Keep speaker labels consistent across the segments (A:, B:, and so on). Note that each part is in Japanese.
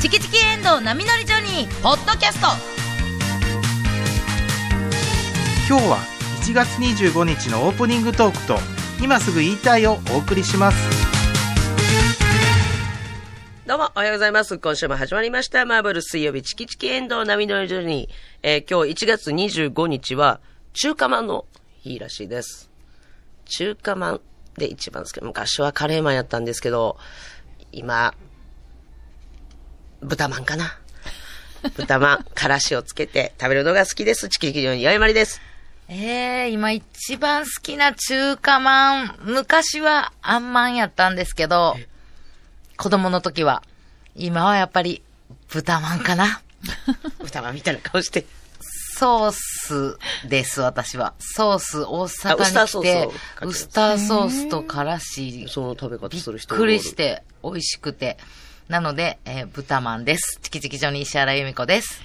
A: チキチキエンドウ波乗りジョニー」ポッドキャスト
B: 今日は1月25日のオープニングトークと今すぐ言いたいをお送りします
C: どうも、おはようございます。今週も始まりました。マーブル水曜日、チキチキエンドウ波乗りジョニー。えー今日1月25日は、中華まんの日らしいです。中華まんで一番好き。昔はカレーまんやったんですけど、今、豚まんかな。豚まん、からしをつけて食べるのが好きです。チキチキジョニー、やいまりです。
D: ええ今一番好きな中華まん、昔はあんまんやったんですけど、子供の時は、今はやっぱり豚まんかな。
C: 豚まんみたいな顔して。
D: ソースです、私は。ソース、大
C: あウスタ
D: 阪
C: ー
D: に来
C: ソースを
D: て
C: かけた、やつ
D: ウスターソースとからし、
C: その食べ方
D: び
C: する
D: っ
C: 人もお
D: く
C: る
D: りし。て、美味しくて。なので、えー豚まんです。チキチキジョニー石原由美子です。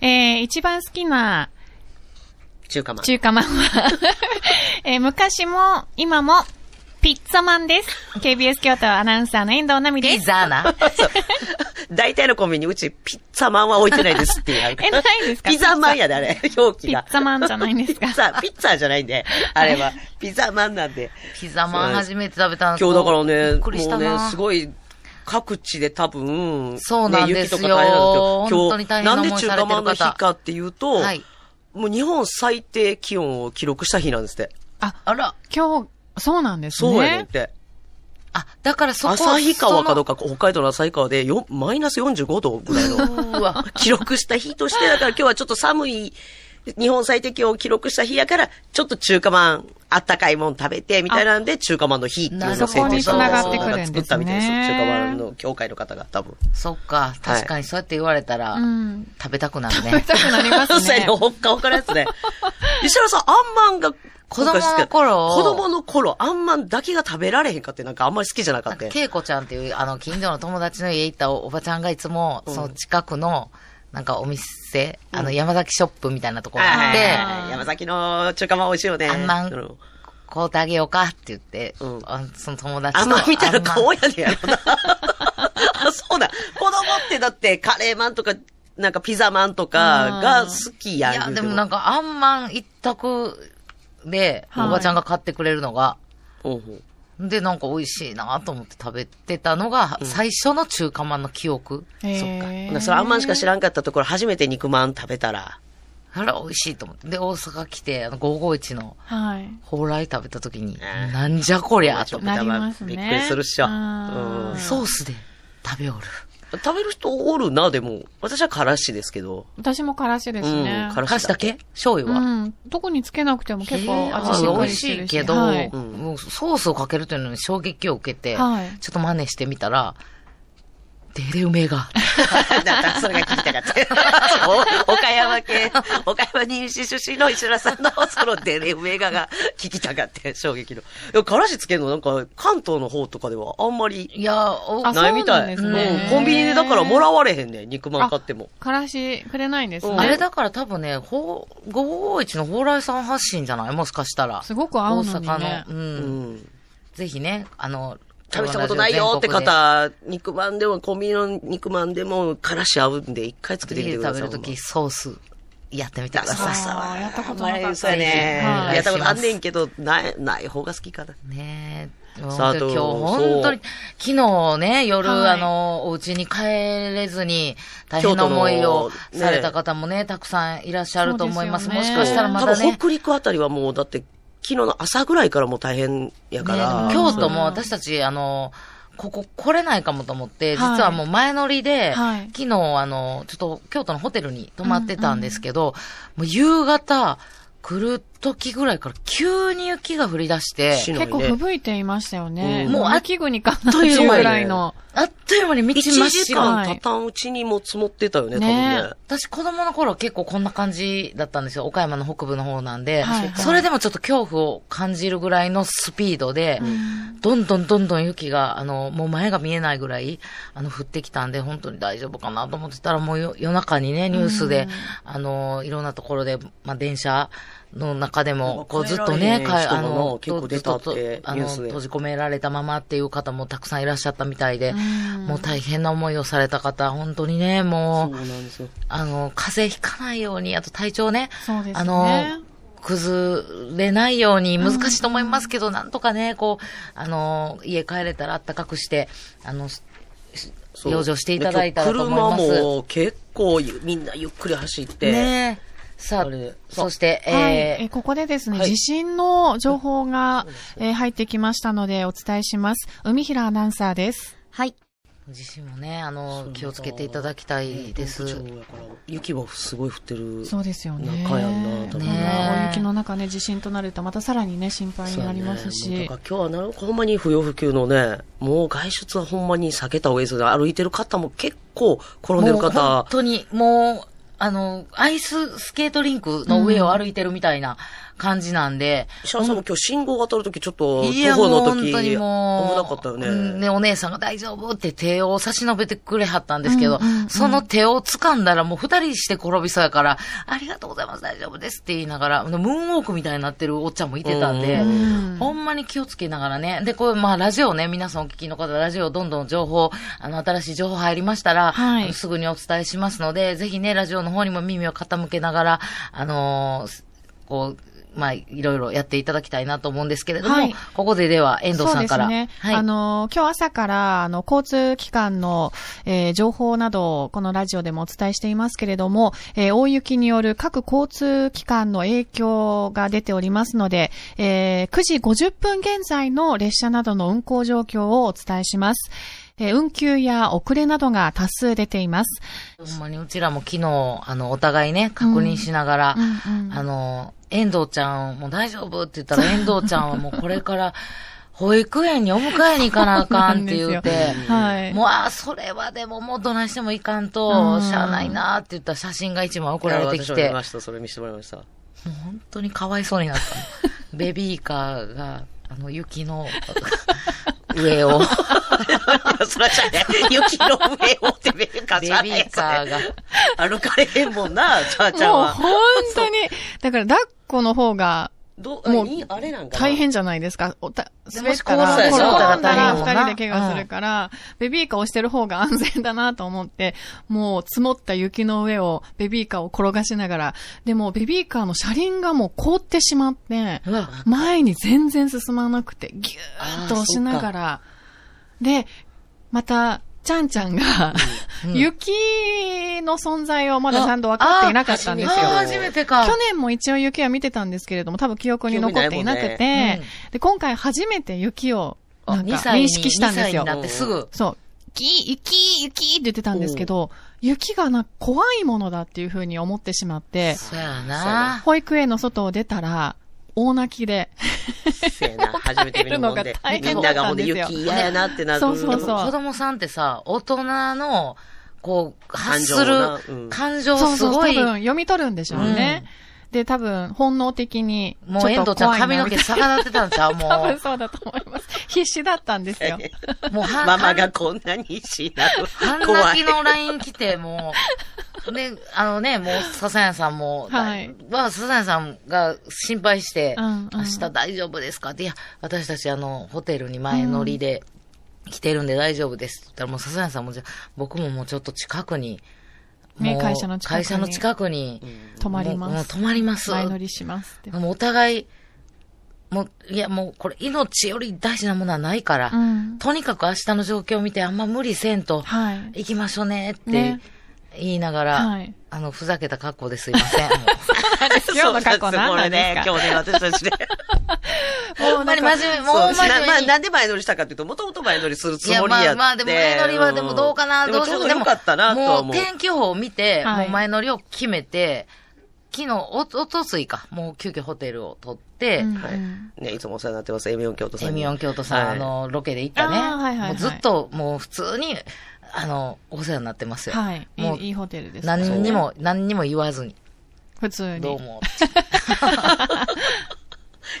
E: えー、一番好きな
C: 中華まん。
E: 中華まんは、 えー昔も今もピッツァマンです。KBS 京都アナウンサーの遠藤奈美
D: ピ
E: です。
D: ザーナ。
C: 大体のコンビニ、うちピッツァマンは置いてないですっていう。
E: えないですか
C: ピザマンやで、あれ。表記
E: ピ
C: が。
E: ッツァマンじゃないんで す
C: ピ
E: か
C: ッツァ、ピッツァじゃないんで、あれは、ピザマンなんで。
D: ピザまん初めて食べたん
C: 今日だからね、
D: びっくりしたな。
C: もうね、すごい、各地で多分、
D: そうなんですよ
C: ね、雪とか大変なんですけど、
D: 本当に大変な思いされてる方
C: なんで中華まんの日かっていうと、
D: はい
C: もう日本最低気温を記録した日なんですって。
E: あ、
D: あら。
E: 今日、そうなんです
C: そうやねんっ
E: ね。
C: て。
D: あ、だからそこ
C: 旭川かどう
D: か。
C: か、北海道の旭川でよマイナス45度ぐらいの。
D: うわ。
C: 記録した日として、だから今日はちょっと寒い、日本最適を記録した日やから、ちょっと中華まん、あったかいもん食べて、みたいなんで、中華まんの日っていうの
D: そ
C: を
D: こに
C: 設定した
D: 繋がってく
E: るんですね
C: 作ったみたいです。中華まんの協会の方が多分。
D: そっか。確かにそうやって言われたら、
E: うん。
D: 食べたくなる
E: 食べ
D: ね。
E: たくなり ま
C: そう
E: す
C: やね、
E: ね。
C: ほっかほかのやつね。石原さん、あんまんが、
D: 子供の頃
C: 子供の頃、あんまんだけが食べられへんかって、なんかあんまり好きじゃなか
D: なん
C: った
D: か、
C: よ。
D: けいこちゃんっていう、あの、近所の友達の家行ったおばちゃんがいつも、その近くの、なんかお店、あの、山崎ショップみたいなところがあっ
C: はい
D: て、
C: はいはい山崎の中華まん美味しいよね。
D: あんまん
C: う
D: 買うてあげようかって言って、
C: うん
D: あその友達と。
C: あんまんみたいな
D: あんま
C: 顔
D: ん
C: やねんやろな。 あ、そうだ。子供ってだってカレーマンとか、なんかピザマンとかが好きやん。
D: いや、
C: 言う
D: で
C: て
D: もなんか、あんまん一択で、
E: はい
D: おばちゃんが買ってくれるのが、
C: うんうん
D: で、なんか美味しいなと思って食べてたのが、最初の中華まんの記憶。
E: え
C: ほ
E: ー
C: んならそれあんまんしか知らんかったところ、初めて肉まん食べたら。
D: あら、美味しいと思って。で、大阪来て、あの、551の
E: はい。
D: 蓬莱食べた時に、
C: うん
D: なんじゃこりゃと思っ
E: なりますね
C: びっくりするっしょ。う
E: あー
C: ん
D: て。ソースで食べおる。
C: 食べる人おるな、でも。私はからしですけど。
E: 私もからしですね
C: うん、。から
D: 菓子
C: しだ
D: だ
C: け。
D: け醤油
E: う
D: は。
E: ん。特につけなくても結構
D: あ
E: 味しっか
D: 美
E: り
D: 味
E: して
D: し
E: る
D: い
E: し。
D: けど、
E: はい
C: ん
D: もうソースをかけるというのに衝撃を受けて、
E: はい
D: ちょっと真似してみたら、デレ梅 が。
C: だから それが聞きたかった。お岡山県、岡山妊娠出身の石原さんのそのデレ上がが聞きたかった、衝撃の。でもからしつけるのなんか関東の方とかではあんまり
D: いや、お
E: あ
C: ないみたい。
E: そうなんですね
C: うんコンビニでだからもらわれへんねん、肉まん買っても。
E: からしくれないんですね。
C: うん
D: あれだから多分ね、ほう、551の蓬莱さん発信じゃないもしかしたら。
E: すごく合うのにね
D: 大阪の。
C: う
D: うん。
C: ん。
D: ぜひね、あの、
C: 食べたことないよって方、肉まんでも、コンビニの肉まんででも、からし合うんで、一回作って
D: 全
C: み
D: 国
C: て
D: で家で
C: くださ
D: 食
C: い。
D: べるときソースやってみてくだ
C: さ
D: さ
C: あ
D: い。
C: さあ
E: あーやったことなか
C: あ
E: った
C: んまりそうやね
E: はい
C: やったことあんねんけど、ない、ない方が好きかな。
D: ねえ。もう
C: さあ
D: 本当に今
C: ど
D: 日
C: う
D: 本当に、昨日ね、夜、
E: はい
D: あの、お家に帰れずに、大変な思いを
C: 京都のね
D: された方もね、たくさんいらっしゃると思います。
E: そうで
D: も
E: すよね
D: しかしたらま
C: 多
D: だ
C: 分
D: ね、
C: 北陸あたりはもう、だって、昨日の朝ぐらいからもう大変や
D: ね
C: から。
D: 京都も私たち、あの、ここ来れないかもと思って、実はもう前乗りで、
E: はい
D: 昨日、あの、ちょっと京都のホテルに泊まってたんですけど、もう夕方来る時ぐらいから急に雪が降り出して、
C: しない
E: 結
C: ね
E: 構吹雪いていましたよね。
C: うん
E: もう秋国かなって
C: あっと
E: い
C: いう間
E: う
C: やね
E: ぐらいの。
D: あっという間に道
C: 1
D: 真っ
C: 時
D: 白。
C: 間経たんうちにもう積もってたよね、多分
E: ね
C: ね。
D: 私子供の頃結構こんな感じだったんですよ。岡山の北部の方なんで、
E: はいはい
D: それでもちょっと恐怖を感じるぐらいのスピードで、どんどんどんどん雪が、あの、もう前が見えないぐらい、あの、降ってきたんで、本当に大丈夫かなと思ってたら、もうよ夜中にね、ニュースで、あの、いろんなところで、まあ、電車の中で
C: なん
D: も、
C: か
D: こうずっと
C: 帰られへ
D: ね、
C: ん
D: かい
C: 人
D: あ
C: もな
D: の、
C: 結構出たって
D: ずとあ
C: ニュ
D: の、
C: ースで
D: 閉じ込められたままっていう方もたくさんいらっしゃったみたいで、もう大変な思いをされた方、本当にね、もう、
C: そうなんですよ。
D: あの、風邪ひかないように、あと体調ね、
E: そうですね
D: あの、崩れないように難しいと思いますけど、なんとかね、こう、あの、家帰れたらあったかくして、あの、し
C: そう
D: 養生していただいたらと思います。
C: 車も結構ゆみんなゆっくり走って。
D: ねえ。さあ
C: あれ、
D: そして、え
E: はい、
D: ー
E: えーここでですね、
C: はい
E: 地震の情報が、えー入ってきましたのでお伝えします。海平アナウンサーです。
F: はい。
D: 自身もね、あの、気をつけていただきたいです。
C: 東部地方やから雪もすごい降ってる。
E: そうですよね。
C: 中やんな多分
D: ね
E: 大雪の中ね、地震となるとまたさらにね、心配になりますし。
C: そうやねもうだから今日はなんかほんまに不要不急のね、もう外出はほんまに避けた方がいいですよね。歩いてる方も結構転んでる
D: もう本
C: 方。
D: 当に、もう、あの、アイススケートリンクの上を歩いてるみたいな感じなんで、
C: シャンさんも今日信号が当たるときちょっと、
D: い
C: 徒
D: や、
C: 歩
D: もう
C: のとき、
D: 本
C: 危
D: 当にもう、
C: なかったよね。
D: うんね、お姉さんが大丈夫って手を差し伸べてくれはったんですけど、
E: うんうんうん
D: その手を掴んだらもう二人して転びそうやから、ありがとうございます、大丈夫ですって言いながら、ムーンウォークみたいになってるおっちゃんもいてたんで、
C: うん
D: ほんまに気をつけながらね。で、これ、まあ、ラジオね、皆さんお聞きの方、ラジオどんどん情報、あの、新しい情報入りましたら、
E: はい
D: あのすぐにお伝えしますので、ぜひね、ラジオの方にも耳を傾けながら、あのーこう、まあ、いろいろやっていただきたいなと思うんですけれども、
E: はい
D: ここででは、遠藤さんから。
E: そうですね。
D: はい。
E: あの、今日朝から、あの、交通機関の、えー情報などを、このラジオでもお伝えしていますけれども、えー大雪による各交通機関の影響が出ておりますので、えー9時50分現在の列車などの運行状況をお伝えします。えー運休や遅れなどが多数出ています。
D: ほんまにうちらも昨日、あの、お互いね、確認しながら、
E: うんうん
D: あの、遠藤ちゃん、もう大丈夫って言 ったら、遠藤ちゃんはもうこれから、保育園にお迎えに行かなあかんって言って、
E: はい。
D: もう、あーそれはでも、もうどないしてもいかん
E: う
D: と、
E: ん
D: しゃあないなーって言ったら写真が一枚送
C: これ
D: ら
C: 私
D: れ
C: も
D: てき
C: 見
D: て、も
C: ました、それ見せてもらいました。
D: う本当にかわいそうにな った。ベビーカーが、あの、雪の上を、
C: いやそらしゃね、雪の上をってベビーカー
D: ベ
C: じゃ
D: ビ
C: ない
D: ーカーが。
C: 歩かれへんもんな、ちゃーちゃん
E: もう
C: は。
E: 本当に、だから抱っこの方が、
C: どう、
E: も
C: も
E: う
C: あれなんかな
E: 大変じゃないですか。おた滑った
D: も
E: ら、
D: し
E: 転
D: 壊
E: ん
C: されたら
D: 大変
E: だら
D: やもんな
E: 二人で怪我するから、ベビーカーを押してる方が安全だなと思って、もう積もった雪の上をベビーカーを転がしながら、でもベビーカーの車輪がもう凍ってしまっ て、
D: うわ、
E: 前に全然進まなくて、ぎゅーっと押しながら、で、また、ちゃんちゃんが、雪の存在をまだちゃんと分かっていなかったんですよ。
D: あー、初めてか。
E: 去年も一応雪は見てたんですけれども、多分記憶に残っていなくて、
C: 興
D: ないもん
C: 味
D: ね
E: で、今回初めて雪を、
D: あ
E: なんか
D: 二歳に
E: 認識したんですよ
D: 二歳に。なってすぐ。
E: そう。雪、雪、雪って言ってたんですけど、雪がな、怖いものだっていうふうに思ってしまって、
D: そうやな。
E: 保育園の外を出たら、大泣きで、
C: せやな、初めて見るもんで
E: 帰るのが。大
C: み
E: 変
C: んな
E: だっ
C: が
E: た
C: ほん
E: ん
C: で
E: ですよ
C: 雪嫌やなってなる。
E: そうそうそう
D: 子供さんってさ、大人の、こう、発す
C: 感情をなう
D: る
C: ん
D: 感情
E: そう
D: す
E: そう、多
D: ごい、
E: 分読み取るんでしょうね。で、多分、本能的に、
D: もう遠藤ちゃん髪の毛
E: ちょっと
D: 逆立ってたんちゃう も
E: 怖いなみたいな
D: う
E: 多分。そうだと思います。必死だったんで すよ。
D: もうは
C: ママがこんなにしなる
D: 半。
C: 怖
D: 泣
C: い
D: き。の LINE 来て、もう、ね、あのね、もう、笹谷さんも、
E: はい
D: は、笹谷さんが心配して、
E: うんうん
D: 明日大丈夫ですかって、いや、私たちあの、ホテルに前乗りで来てるんで大丈夫ですって言ったら、もう笹谷さんも、じゃあ僕ももうちょっと近くに、
E: ね
D: もう
E: 会社の近く
D: 会
E: に
D: 社の近くに、
E: 止まり
D: もうも
E: ま
D: う
E: す。
D: 泊まります。
E: 前乗りしますって。
D: もうお互い、もう、いや、もうこれ命より大事なものはないから、
E: うん
D: とにかく明日の状況を見てあんま無理せんと、
E: はい。
D: 行きましょうねって
E: ね
D: 言いながら、
E: はい
D: あの、ふざけた格好ですいません。も
E: 今日の過去
C: そう
E: 何
C: な
E: なん
C: ですよこれ
E: んですか
C: ね、今日ね、私たちね。
D: うほんまに真面目、もう
C: そう
D: 真
C: な ま
D: 面
C: あ、
D: 目
C: な
D: に。
C: んで前乗りしたかっていうと、もともと前乗りするつ
D: いや、
C: もりやっ
D: ま
C: て。
D: あまあ、でも前乗りはでもどうかな、
C: ん
D: どう
C: で
D: しよ
C: もち
D: う
C: ょうどよかったなとは
D: も
C: 思
D: う
C: う。
D: 天気予報を見て、
E: はい
D: もう前乗りを決めて、昨日、お、おとついか、もう急遽ホテルを取って、
E: うん
C: はい。ね、いつもお世話になってます、エミオン京都さん
D: エ
C: に。
D: ミオン京都さん、
C: はい
D: あ、の、ロケで行ったね。
E: あーはいはいはい
D: もうずっと、もう普通に、あの、お世話になってますよ。
E: はい。い
D: もう
E: いいいホテルです。
D: 何にも、何にも言わずに。
E: 普通に。
D: どうも。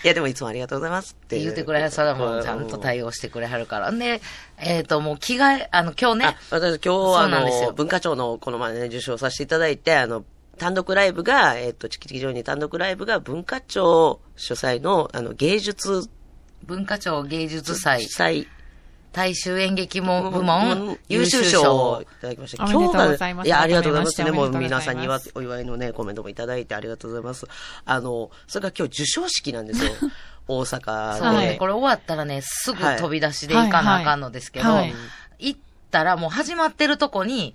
C: いや、でもいつもありがとうございますっ
D: って
C: て。
D: 言ってくれはるさらもうちゃんと対応してくれはるから。で、えっ、と、もう着替え、あの、今日
C: あ
D: ね、
C: 私今日はあ
D: そうなんですよ
C: の、文化庁のこの前ね、受賞させていただいて、あの、単独ライブが、えっ、と、チキチキジョニー単独ライブが文化庁主催の、あの、芸術
D: 文化庁芸術祭、
C: 祭
D: 大衆演劇も部門、
C: 優
D: 優
C: 秀
D: 秀
C: 賞を
D: 賞
C: い。ただきました。
E: おめでとうございます
C: いや、ありがとうございます。ね、
E: 改め
C: も
E: ま
C: う
E: しておめでとうございます
C: 皆さんにはお祝いのね、コメントもいただいてありがとうございます。あの、それから今日授賞式なんですよ。大阪
D: そ
C: で。
D: う
E: は
D: ね、
E: い
D: これ終わったらね、すぐ
C: はい
D: 飛び出しで行かなあかんのですけど、
E: はいはいはい
D: 行ったらもう始まってるとこに、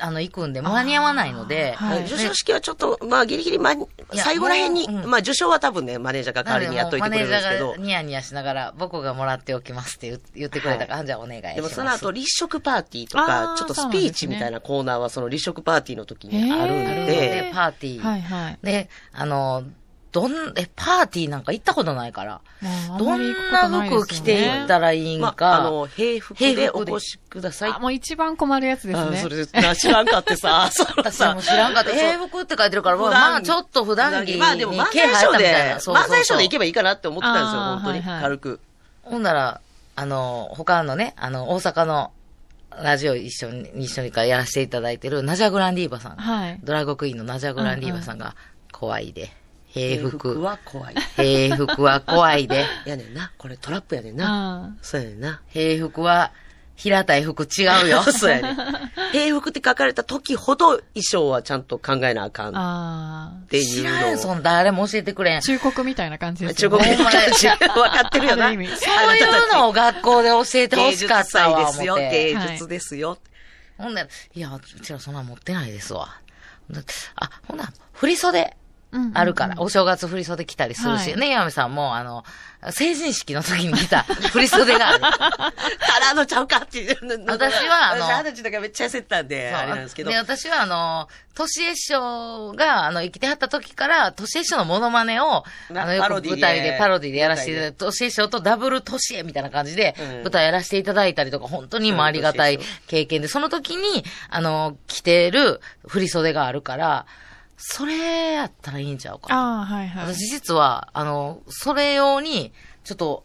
D: あの、行くんで間に合わないので、
E: あーはい
C: 授賞式はちょっと、まあ、ギリギリ、ま、
D: や
C: 最後らへんに、
D: もううん
C: まあ、受賞は多分ね、マネージャーが代わりにやっといてくれるんです
D: な
C: け
D: ので
C: ど
D: もうマネージャーが、ニヤニヤしながら、僕がもらっておきますって言言ってくれたから、あじゃあお願いします。
C: でもその後、立食パーティーとか
E: あ、ー
C: ちょっとスピーチみたいなコーナーは、その立食パーティーの時にある
E: へー
D: ある
C: ん
D: の
C: で
D: で、、パーティー。
E: はいはい。
D: で、あの、どん、え、パーティーなんか行ったことないから、
E: もうあ
D: ど
E: まり行く
D: ん
E: こと
D: ない
E: ですよね
D: 服着て行ったらいいん
C: ま
D: か、
C: あ、あの、平服で
D: 平
C: お
D: 服で
C: 越しください
E: あ、もう一番困るやつで
C: あ
E: すね。
C: それで、知らんかってさ、その
D: 私
C: さ
D: も知らん かった。
C: そう
D: 英服って書いてるから、
C: 普段
D: まあちょっと普段着に
C: まあでも漫
D: 毛
C: 才
D: 生
C: シ
D: え
C: ョー
D: たみたい
C: で
D: な。、そうそう
C: 漫才ショ
D: そう
C: ーで行けばいいかなって思ったんですよ、
E: あー
C: 本当に。
E: はいはい
C: 軽く。
D: ほんなら、あの、他のね、あの、大阪のラジオ一緒に、一緒にからやらせていただいてるナジャグランディーバさん。
E: はい。
D: ドラゴクイーンのナジャグランディーバさんが、怖いで。平服。
C: は怖い。
D: 平服は怖いで。
C: やねんな。これトラップやねんな。
E: あ
C: そうやねんな。
D: 平服は、平たい服違 うよ。
C: そうやねん。平服って書かれた時ほど衣装はちゃんと考えなあかんっ
E: ーあ
C: てい
D: 知
C: う
D: らんよ、
C: の
D: そ
C: を。
D: ん誰も教えてくれん。そ
E: ー。忠告みたいな感じです
C: 中
E: よ
C: 国
E: ね。
C: 人
D: ほんまや
C: 分かってるよな。
E: ある意味
D: ういうのを学校で教えてほ
C: 芸
D: し
C: 術
D: かった
C: 祭
D: わ、
C: で
D: 思っ
C: すよ。
D: て。
C: 芸術ですよ。
D: ほんなら、いや、うちらそんなん持ってないですわ。ほんならあ、ほんなら、振袖
E: うんうんうん
D: あるから、お正月振袖着たりするし、
E: はい
D: ね、岩見さんも、あの、成人式の時に着た振袖がある。
C: からのちゃうかっていう。
D: 私はあの
C: 私二十歳だからめっちゃ焦ったんで、あれなんですけど。
D: で、私はあの、年江師匠が、あの、生きてはった時から、年江師匠のモノマネを、
C: な
D: あの、よ
C: パ
D: く
C: ロディで
D: 舞台で、パロディでやらせていただいて、年江師匠とダブル年江みたいな感じで、
C: うん
D: 舞台やらせていただいたりとか、本当にもうありがたい経験で、その時に、あの、着てる振袖があるから、それやったらいいんちゃうかな。
E: ああ、はいはい。
D: 私実は、あの、それ用に、ちょっと、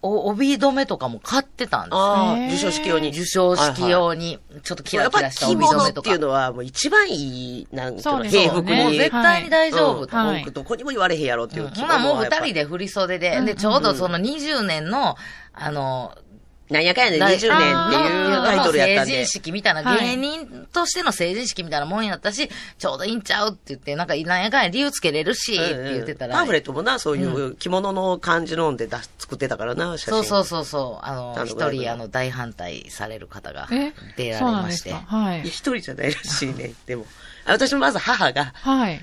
D: お、帯留めとかも買ってたんですよ
C: ああ、
E: へー
C: 授賞式用に。
D: 受賞式用に、ちょっとキ
C: や
D: ラ
C: っぱ
D: キ
C: り
D: ラした
C: 着
D: 帯留
C: 物っ
D: めと
C: て
D: か。
C: いうのはもう一番いい、なんていう
E: そう
C: の、
E: ですね
C: 平服に。
D: もう絶対に大丈夫と。
E: はい
C: うん文句どこにも言われへんやろっていううん着
D: ほ
C: 物は
D: な、もう
C: やっぱ
D: 二人で振り袖で、で、ちょうどその20年の、あの、
C: なんやかんやで20年っていう
E: あー
C: タイトルやったん
D: 成
C: で
D: 人。式みたいな、
E: はい
D: 芸人としての成人式みたいなもんやったし、ちょうどいいんちゃうって言って、なんか、なんやかんや理由つけれるし、って言ってた
C: パ
D: ら
C: ンフ、レットもな、そういう着物の感じのんで出し作ってたからな、写
D: そ
C: 真。
D: うそうそうそう、あ
C: な
D: の、
C: るほ
D: 一
C: ど
D: 人、あの、大反対される方が
E: え
D: 出られ
E: そうなん
D: ま
E: で
D: し
E: す
D: て
E: か。。は
C: い
E: い
C: や、。一人じゃないらしいね。でも。あ私もまず母が、
E: はい。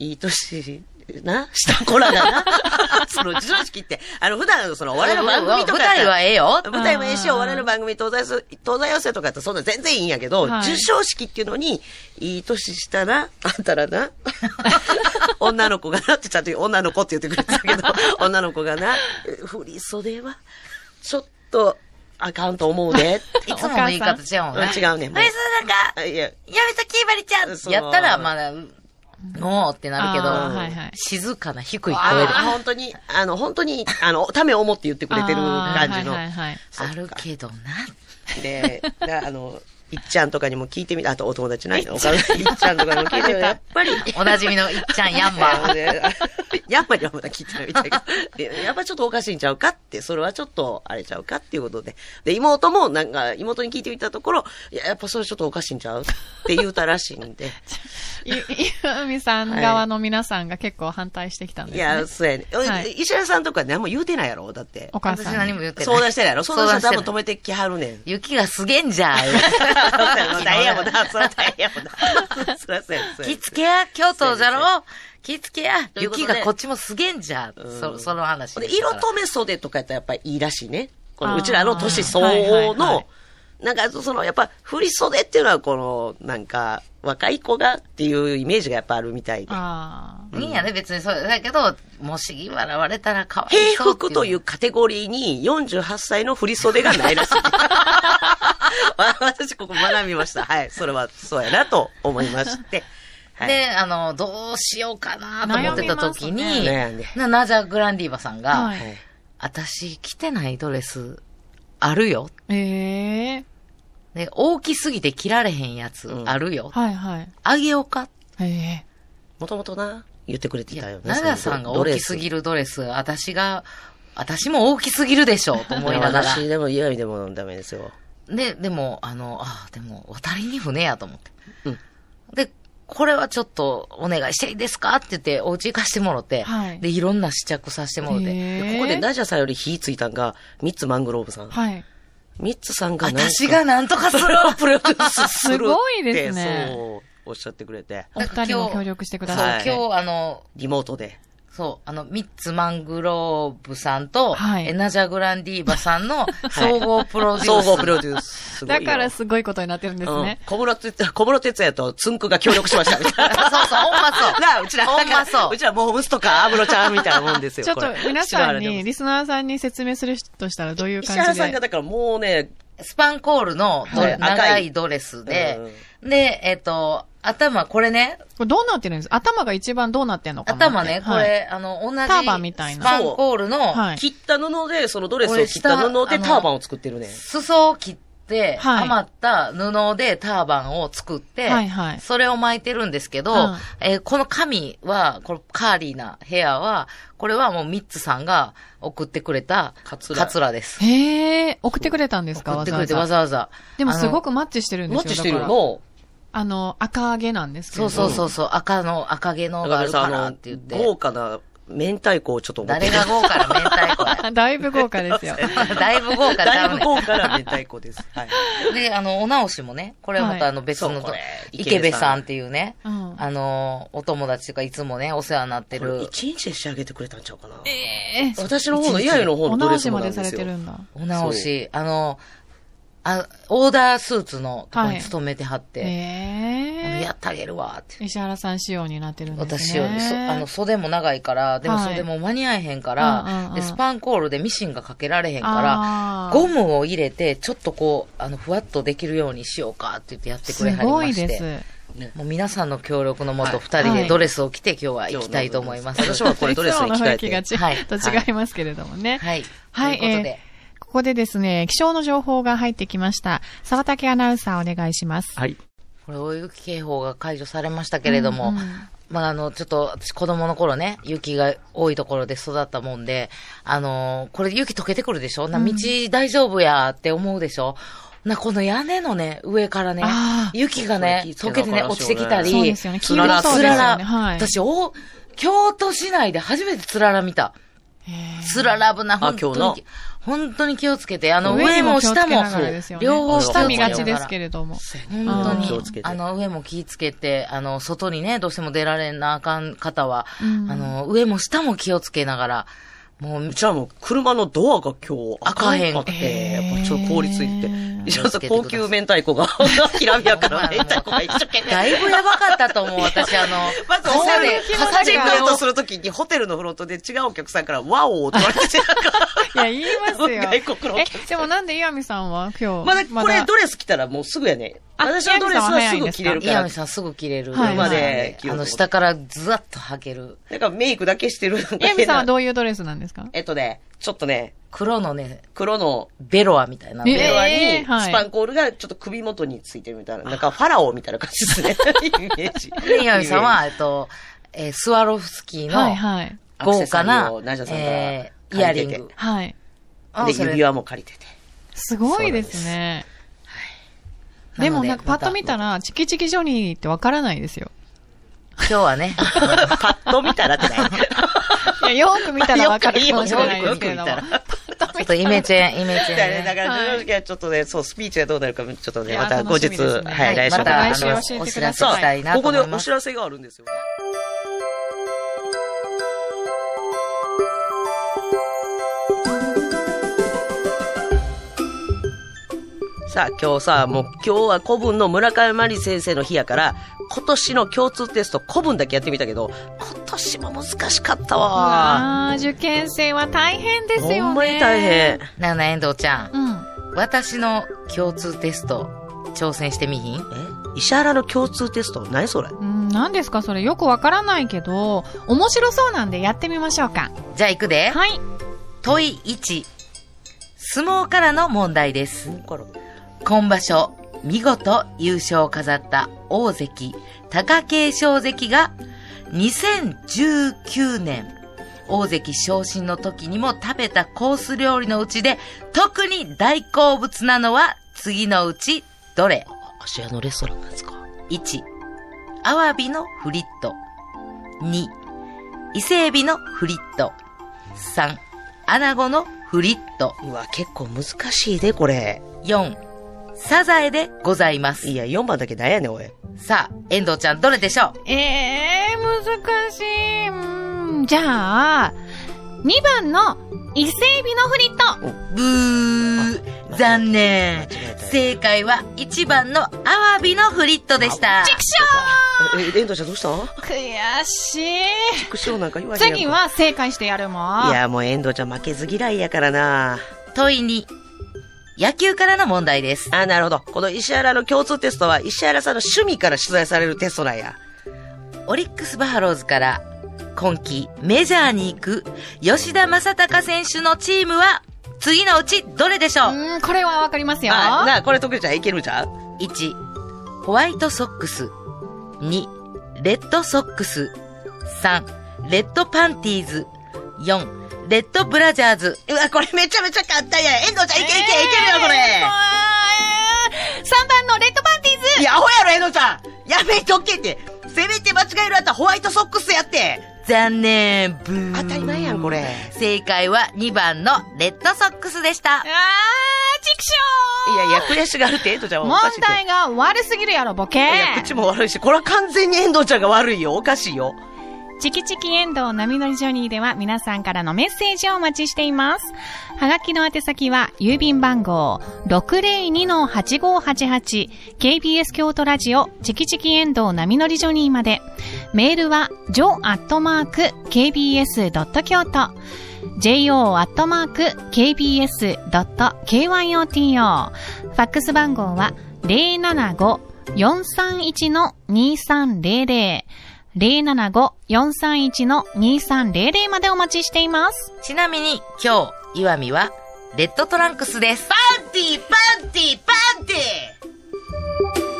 C: いい年な、した子らがな。 その、授賞式って、あの、普段、その、お笑いの番組とか
D: 舞
C: やったら。
D: 台はええよ。
C: 舞台もええし、お笑いの番組、東西そ、東西寄せとかってそんな全然いいんやけど、
E: はい
C: 授賞式っていうのに、いい年したな、あんたらな、 女の子がなってちゃんと女の子って言ってくれてた けど、女の子がな、振り袖は、ちょっと、あかんと思うで。
D: いつもの言い方違うもんね。フ
C: うん違うねもう
D: ェイスなんか、
C: あいや、
D: やめときばりちゃん
C: その
D: やったら、まだ、うもうってなるけど、
E: あーはいはい
D: 静かな低い声で。
C: あ
D: あ
C: 本当に、あの、本当に、あの、ためを思って言ってくれてる感じの。
E: あーはいはい はい
C: そっか
D: るけどな。
C: で、なあの、いっちゃんとかにも聞いてみた、あとお友達ないお母さんいっちゃんとかにも聞いてみた、やっぱ り、
D: おなじみのいっちゃんやん ば。
C: でやっぱりはまだ聞いてないみたいけどで、やっぱちょっとおかしいんちゃうかって、それはちょっとあれちゃうかっていうことで。で、妹もなんか、妹に聞いてみたところ、いや、やっぱそれちょっとおかしいんちゃうって言うたらしいんで。
E: い、ゆみさん側の皆さんが結構反対してきたんです
C: い
E: ね。
C: や、そうやね。
E: はい
C: 石原さんとか何も言うてないやろだって。
E: お母
D: 私
E: さんに。
D: 何も言ってない。
C: 相談してないやろ相
D: 相談
C: 談し
D: して
C: た
D: な
C: ら多分止
D: い。
C: めてきはるねん。
D: 雪がすげんじゃい。
C: 大変やもんな、そりゃ大変やもんな。そりゃそうやね
D: 気付けや、京都じゃろ気付けや、
C: ということで
D: 雪がこっちすげんじゃ。そその話
C: で
D: ですか
C: 色
D: ら。
C: 留め袖とかやったらやっぱいいらしいね。この
E: あー
C: うちらの年相
E: はいはい
C: 応
E: は
C: の、なんかそのやっぱ振り袖っていうのはこのなんか若い子がっていうイメージがやっぱあるみたいで。
E: あ
D: いいんやね、別にそう。だけど、もし笑われたらかわい
C: 平
D: そうって
C: 服というカテゴリーに48歳の振り袖がないら しい。私ここ学びました。はい。それはそうやなと思い まして。はい。
D: で、あの、どうしようかなと思ってた時に、
E: 悩みます
C: ね悩んで
D: なナジャ・グランディーバさんが、
E: は
C: はい
D: 私着てないドレスあるよ。
E: あ。ええ
D: で、大きすぎて着られへんやつあるよ。
E: はいはい。
D: あげようか。
E: ええ
C: もともとな、言ってくれてたよね。
D: 長さんが
C: そのド
D: 大
C: レ
D: き
C: ス
D: すぎるドレス、私が、私も大きすぎるでし ょう、と思いながら。
C: 私でも嫌味でもダメですよ。
D: で、でも、あの、あ、でも、渡りに船やと思って。
C: うん
D: で、これはちょっとお願いしていいですかって言って、お家行かしてもろて、
E: はい
D: で、いろんな試着させてもろて、
E: へー
C: ここでナジャさんより火ついたんが、ミッツマングローブさん。
E: はい。
C: ミッツさんがなんか
D: 私がなんとかする
C: プロデュースするって
E: すごいですね
C: そう、おっしゃってくれて、
E: お二人も協力してく
D: そ
E: だ
D: う、
E: さ
C: はい
E: い。
D: 今日あの、
C: リモートで。
D: そう、あの、ミッツマングローブさんと、
E: はい
D: エナジャグランディーバさんの総合プロデュース。
C: 総合プロデュース。すごい
E: だ
C: よ
E: からすごいことになってるんですね。
C: うん、小室哲也、小室哲也とつんくが協力しましたみたいな。
D: そ うそう、ほんまそう。
C: なあ、うちら、
D: ほんま
C: だから
D: そう
C: うち。ら、モームスとか、安室ちゃんみたいなもんですよ。
E: ちょっと
C: これ
E: 皆さん
C: うちらあれ
E: に、
C: でも
E: リスナーさんに説明するとしたらどういう
C: 石
E: 感
C: 原
E: じ
C: さんが、
E: で
C: だからもうね、
D: スパンコールのド
C: はい
D: 長いドレスで、で、えっ、と、頭、これね、
E: これどうなってるんです頭が一番どうなってんのかなって
D: 頭ね、これ、
E: はい
D: あの、同じ、
E: ターバンみたい
D: ス
E: な
D: パンコールの、
E: はい
C: 切った布で、そのドレスを
D: 俺
C: 切った布
D: 下
C: でターバンを作ってるね。
D: 裾を切って、
E: はい
D: 余った布でターバンを作って、
E: はいはい
D: それを巻いてるんですけど、
E: うん
D: えーこの髪は、このカーリーなヘアは、これはもうミッツさんが送ってくれた
C: カツ
D: カ
C: ラ
D: ツラです。
E: へえ、送ってくれたんですか
D: 送っ
E: わ
D: て
E: ざ
D: く
E: わ
D: れてわ
E: ざ。
D: ざわざ。
E: でもすご
D: く
E: くマッチしてるんで
C: マ
E: すよ。
C: ッチしてる
E: だ
C: よ
E: から
C: の。
E: あの、赤揚げなんですけ
D: そ
E: ど。
D: うそうそうそう、赤の、赤毛の
C: だ
D: が
C: か
D: あ
C: ら
D: るか
C: さ、
D: ら
C: あ
D: って言っ
C: の、豪
D: て。
C: 華な明太子をちょっと持って
D: 誰が豪華な明太子 や
E: だいぶ豪華ですよ。
D: だいぶ豪華ち
C: だ
D: ゃ
C: いう
D: ね
C: ぶ豪華な明太子です。 はい。
D: で、あの、お直しもね、これはまたあの別
C: そ
D: の
C: うこれ、
D: 池部さんっていうね、
E: うん
D: あの、お友達とかいつもね、お世話になって
C: これ
D: る、
C: 一日で仕上げてくれたんちゃうかな。
E: ええ
C: 私の方の、イヤイの方
E: お
C: のドレ
E: 直
C: ス
E: し
C: も
E: ま
C: な
E: で
C: ん
E: さ
C: で
E: れ
C: す
E: て
C: よ
E: る。んだ。
D: お直し、あの、あ、オーダースーツのとこ
E: は
D: に
E: い
D: 勤めてはって、
E: ええ
D: やってあげるわ、って。
E: 石原さん仕様になってるんです
D: 私
E: ね。
D: より、そあの、袖も長いから、でも
E: はい
D: 袖も間に合えへんか
E: うんうんう
D: ら
E: ん、
D: で、スパンコールでミシンがかけられへんから
E: あ、ー
D: ゴムを入れて、ちょっとこう、あの、ふわっとできるようにしようか、って言ってやってくれは
E: す
D: りま
E: ご
D: して。
E: いです。
D: もう皆さんの協力のも
C: はい
D: と、二人
E: は
D: で
E: い
D: ドレスを着て今日は行きたいと思います。
C: 私はこれド レスに着替え
E: いつもの雰囲
C: て。
E: 気が
D: は
E: ち
D: い
E: と違いますけれどもね。
D: はい。
E: はい
D: ということで、
E: えここでですね、気象の情報が入ってきました。沢竹アナウンサーお願いします。
F: はい。
D: これ大雪警報が解除されましたけれども、
E: うんうん
D: まああの、ちょっと私子供の頃ね、雪が多いところで育ったもんで、あのーこれ雪溶けてくるでしょな、道大丈夫やって思うでしょ、な、この屋根のね、上からね
E: あ、ー
D: 雪がね、
C: そ
D: 溶
C: うそう
D: けてね、
C: 雪ってなかなか
D: 落ちてきたり、
E: そうですよね。黄
C: つら
E: 色
C: ら
E: そう
D: つ
E: で
D: ら
E: すよ
D: ら、
E: ね。はい。
D: 私、お、京都市内で初めてつらら見た。
E: へ
D: つらら危ない。
C: あ
D: 本当
C: 今
D: に
C: 日の。
D: 本当に気をつけて。あの、
E: 上
D: 上
E: にも
D: も
E: 気をつけ
D: 下
E: な
D: も
E: がらですよ、ね。
D: 両方
E: 下見
D: 気を
E: が
D: つけ
E: ちで
D: なが
E: す
D: ら
E: けれども。
D: 本当に
C: 気をつけ、て
D: あの、上も気をつけて、あの、外にね、どうしても出られなあかん方は、
E: うん
D: あの、上も下も気をつけながら、もう
C: う、ちはもう車のドアが今日開かへんくて、
E: へー
C: やっぱちょっと凍りついて。石原さん
D: 気をつけてください
C: 高級明太子が、 きらびやかな明太子が一生懸命。
D: だいぶやばかったと思う、私、あの、
C: まずお
D: ここ
C: 皿
D: で
C: で、
D: 傘
C: チェ
D: で
C: ックアウ
D: 上
C: ト
D: を
C: するときに、ホテルのフロントで違うお客さんから、ワオーって言われて、
E: いや、言いますよ。
C: 外国のお客さん
E: え、でもなんで岩見さんは今 日。
C: まだこれドレス着たらもうすぐやね。
E: あ
C: 私のドレスはすぐ着れるか
D: 宮
C: ら
D: 根。さんすぐ切れる。
E: はい
D: ま
E: 今
D: で
C: で、
D: あの、下からズワッと履ける。
C: なんかメイクだけしてる。
E: 岩見さんは
C: う
E: どういうドレスなんですか
C: えっとね、ちょっとね、
D: 黒のね、
C: 黒の
D: ベロアみたいな。
E: え
C: 電話
E: えー
C: に、
E: はい
C: スパンコールがちょっと首元についてるみたいな。なんかファラオみたいな感じですね。イメージ。
D: で、岩見さんは、えっと、えースワロフスキー
E: はい
D: の
E: はい。
D: 豪華な
C: アクセサリーをナジャ、さんから
D: えーイヤ
C: 借
D: リン
C: りてて
D: グ。
E: はい。
D: あ
C: で、
D: それ
C: 指輪も借りてて。
E: すごいですね。
D: そうな
E: で
D: んです
E: もなんかパッと見た
D: な
E: ら、チキチキジョニーってわからないですよ。
D: 今日はね、
C: パッと見たらってない。
E: いや、よく見たらわかるか
C: よ
E: も
C: く
E: しれないで
C: よ
E: す
C: く
E: けれ
C: 見
E: ど
C: た
E: も。
C: ら。
D: ちょっとイメチェン、イメチェン、
C: だねだ
D: ね。
C: から、正直はちょっとね、そう、スピーチがどうなるか、ちょっと
E: い
C: ね、
E: や
C: また後日、
E: 楽しみですね
C: は、
E: はい
C: 来週
D: ま
C: ま
D: た、あ
C: た。
E: 来週
D: の
E: 教えてください
D: お知らせしたいなと
C: ここ
D: 思
C: で
D: い
C: お
D: ます
C: 知。らせがあるんですよ。さあ、今日さ、もう今日は古文の村上真理先生の日やから、今年の共通テスト古文だけやってみたけど、今年も難しかったわ。
E: ああ、受験生は大変ですよね。
C: ほんまに大。変。
D: なあなあ、遠藤ちゃん。
E: うん。
D: 私の共通テスト、挑戦してみひん
C: え石原の共通テスト何それ
E: うん、何ですかそれよくわからないけど、面白そうなんでやってみましょうか。
D: じゃあ行くで。
E: はい。
D: 問い1。相撲からの問題です。
C: これ
D: 今場所、見事優勝を飾った大関、貴景勝関が、2019年、大関昇進の時にも食べたコース料理のうちで、特に大好物なのは次のうちどれ
C: アシアのレストランなんですか
D: ?1、アワビのフリット。2、伊勢エビのフリット。3、アナゴのフリット。
C: うわ、結構難しいで、これ。
D: 4、サザエでございます
C: い。や、4番だけなんやねん、おい。
D: さあ、遠藤ちゃんどれでしょう
E: ええ難しい。うーんじゃあ、2番の伊勢エビのフリット。
D: ブー、残念
C: 間違え。た
D: 正解は1番のアワビのフリットでした。
E: チクショ
C: え、え、レントちゃんどうしたん
E: ー悔しい。
C: 苦笑なんか言わへんやんか
E: 次。は正解してやるもん。
C: いや、もう遠藤ちゃん負けず嫌いやからな。
D: 問いに、野球からの問題です。
C: あ、なるほど。この石原の共通テストは、石原さんの趣味から取材されるテストなんや。
D: オリックスバファローズから今季メジャーに行く吉田正尚選手のチームは次のうちどれでしょ
E: う
D: う
E: ーん、これはわかりますよ。
C: あ、なあ、これ得意ちゃんいけるんちゃう
D: ?1、ホワイトソックス。2、レッドソックス。3、レッドパンティーズ。4、レッドブラジャーズ。
C: うわ、これめちゃめちゃ簡単や。遠藤ちゃんいけいけ、いけるよ、これ。
E: えー3番のレッドパンティーズ
C: いや、アホやろ、遠藤ちゃん。やめとけって。せめて間違えるあったらホワイトソックスやって。
D: 残念、ブー。
C: 当たり前やん、これ。
D: 正解は2番のレッドソックスでした
E: あ。ー、チクショー
C: いやいや、悔しがるって、遠藤ちゃんはおか
E: 問
C: しいって。
E: 題が悪すぎるやろ、ボケ
C: いや、口も悪いし、これは完全に遠藤ちゃんが悪いよ。おかしいよ。
E: チキチキエンドウ波乗りジョニーでは皆さんからのメッセージをお待ちしています。はがきの宛先は郵便番号 602-8588KBS 京都ラジオチキチキエンドウ波乗りジョニーまで。メールは jo.kbs.kyoto jo.kbs.kyoto ファックス番号は075-431-2300 075-431-2300までお待ちしています。
D: ちなみに今日、岩見は、レッドトランクスです。パンティパンティパンティ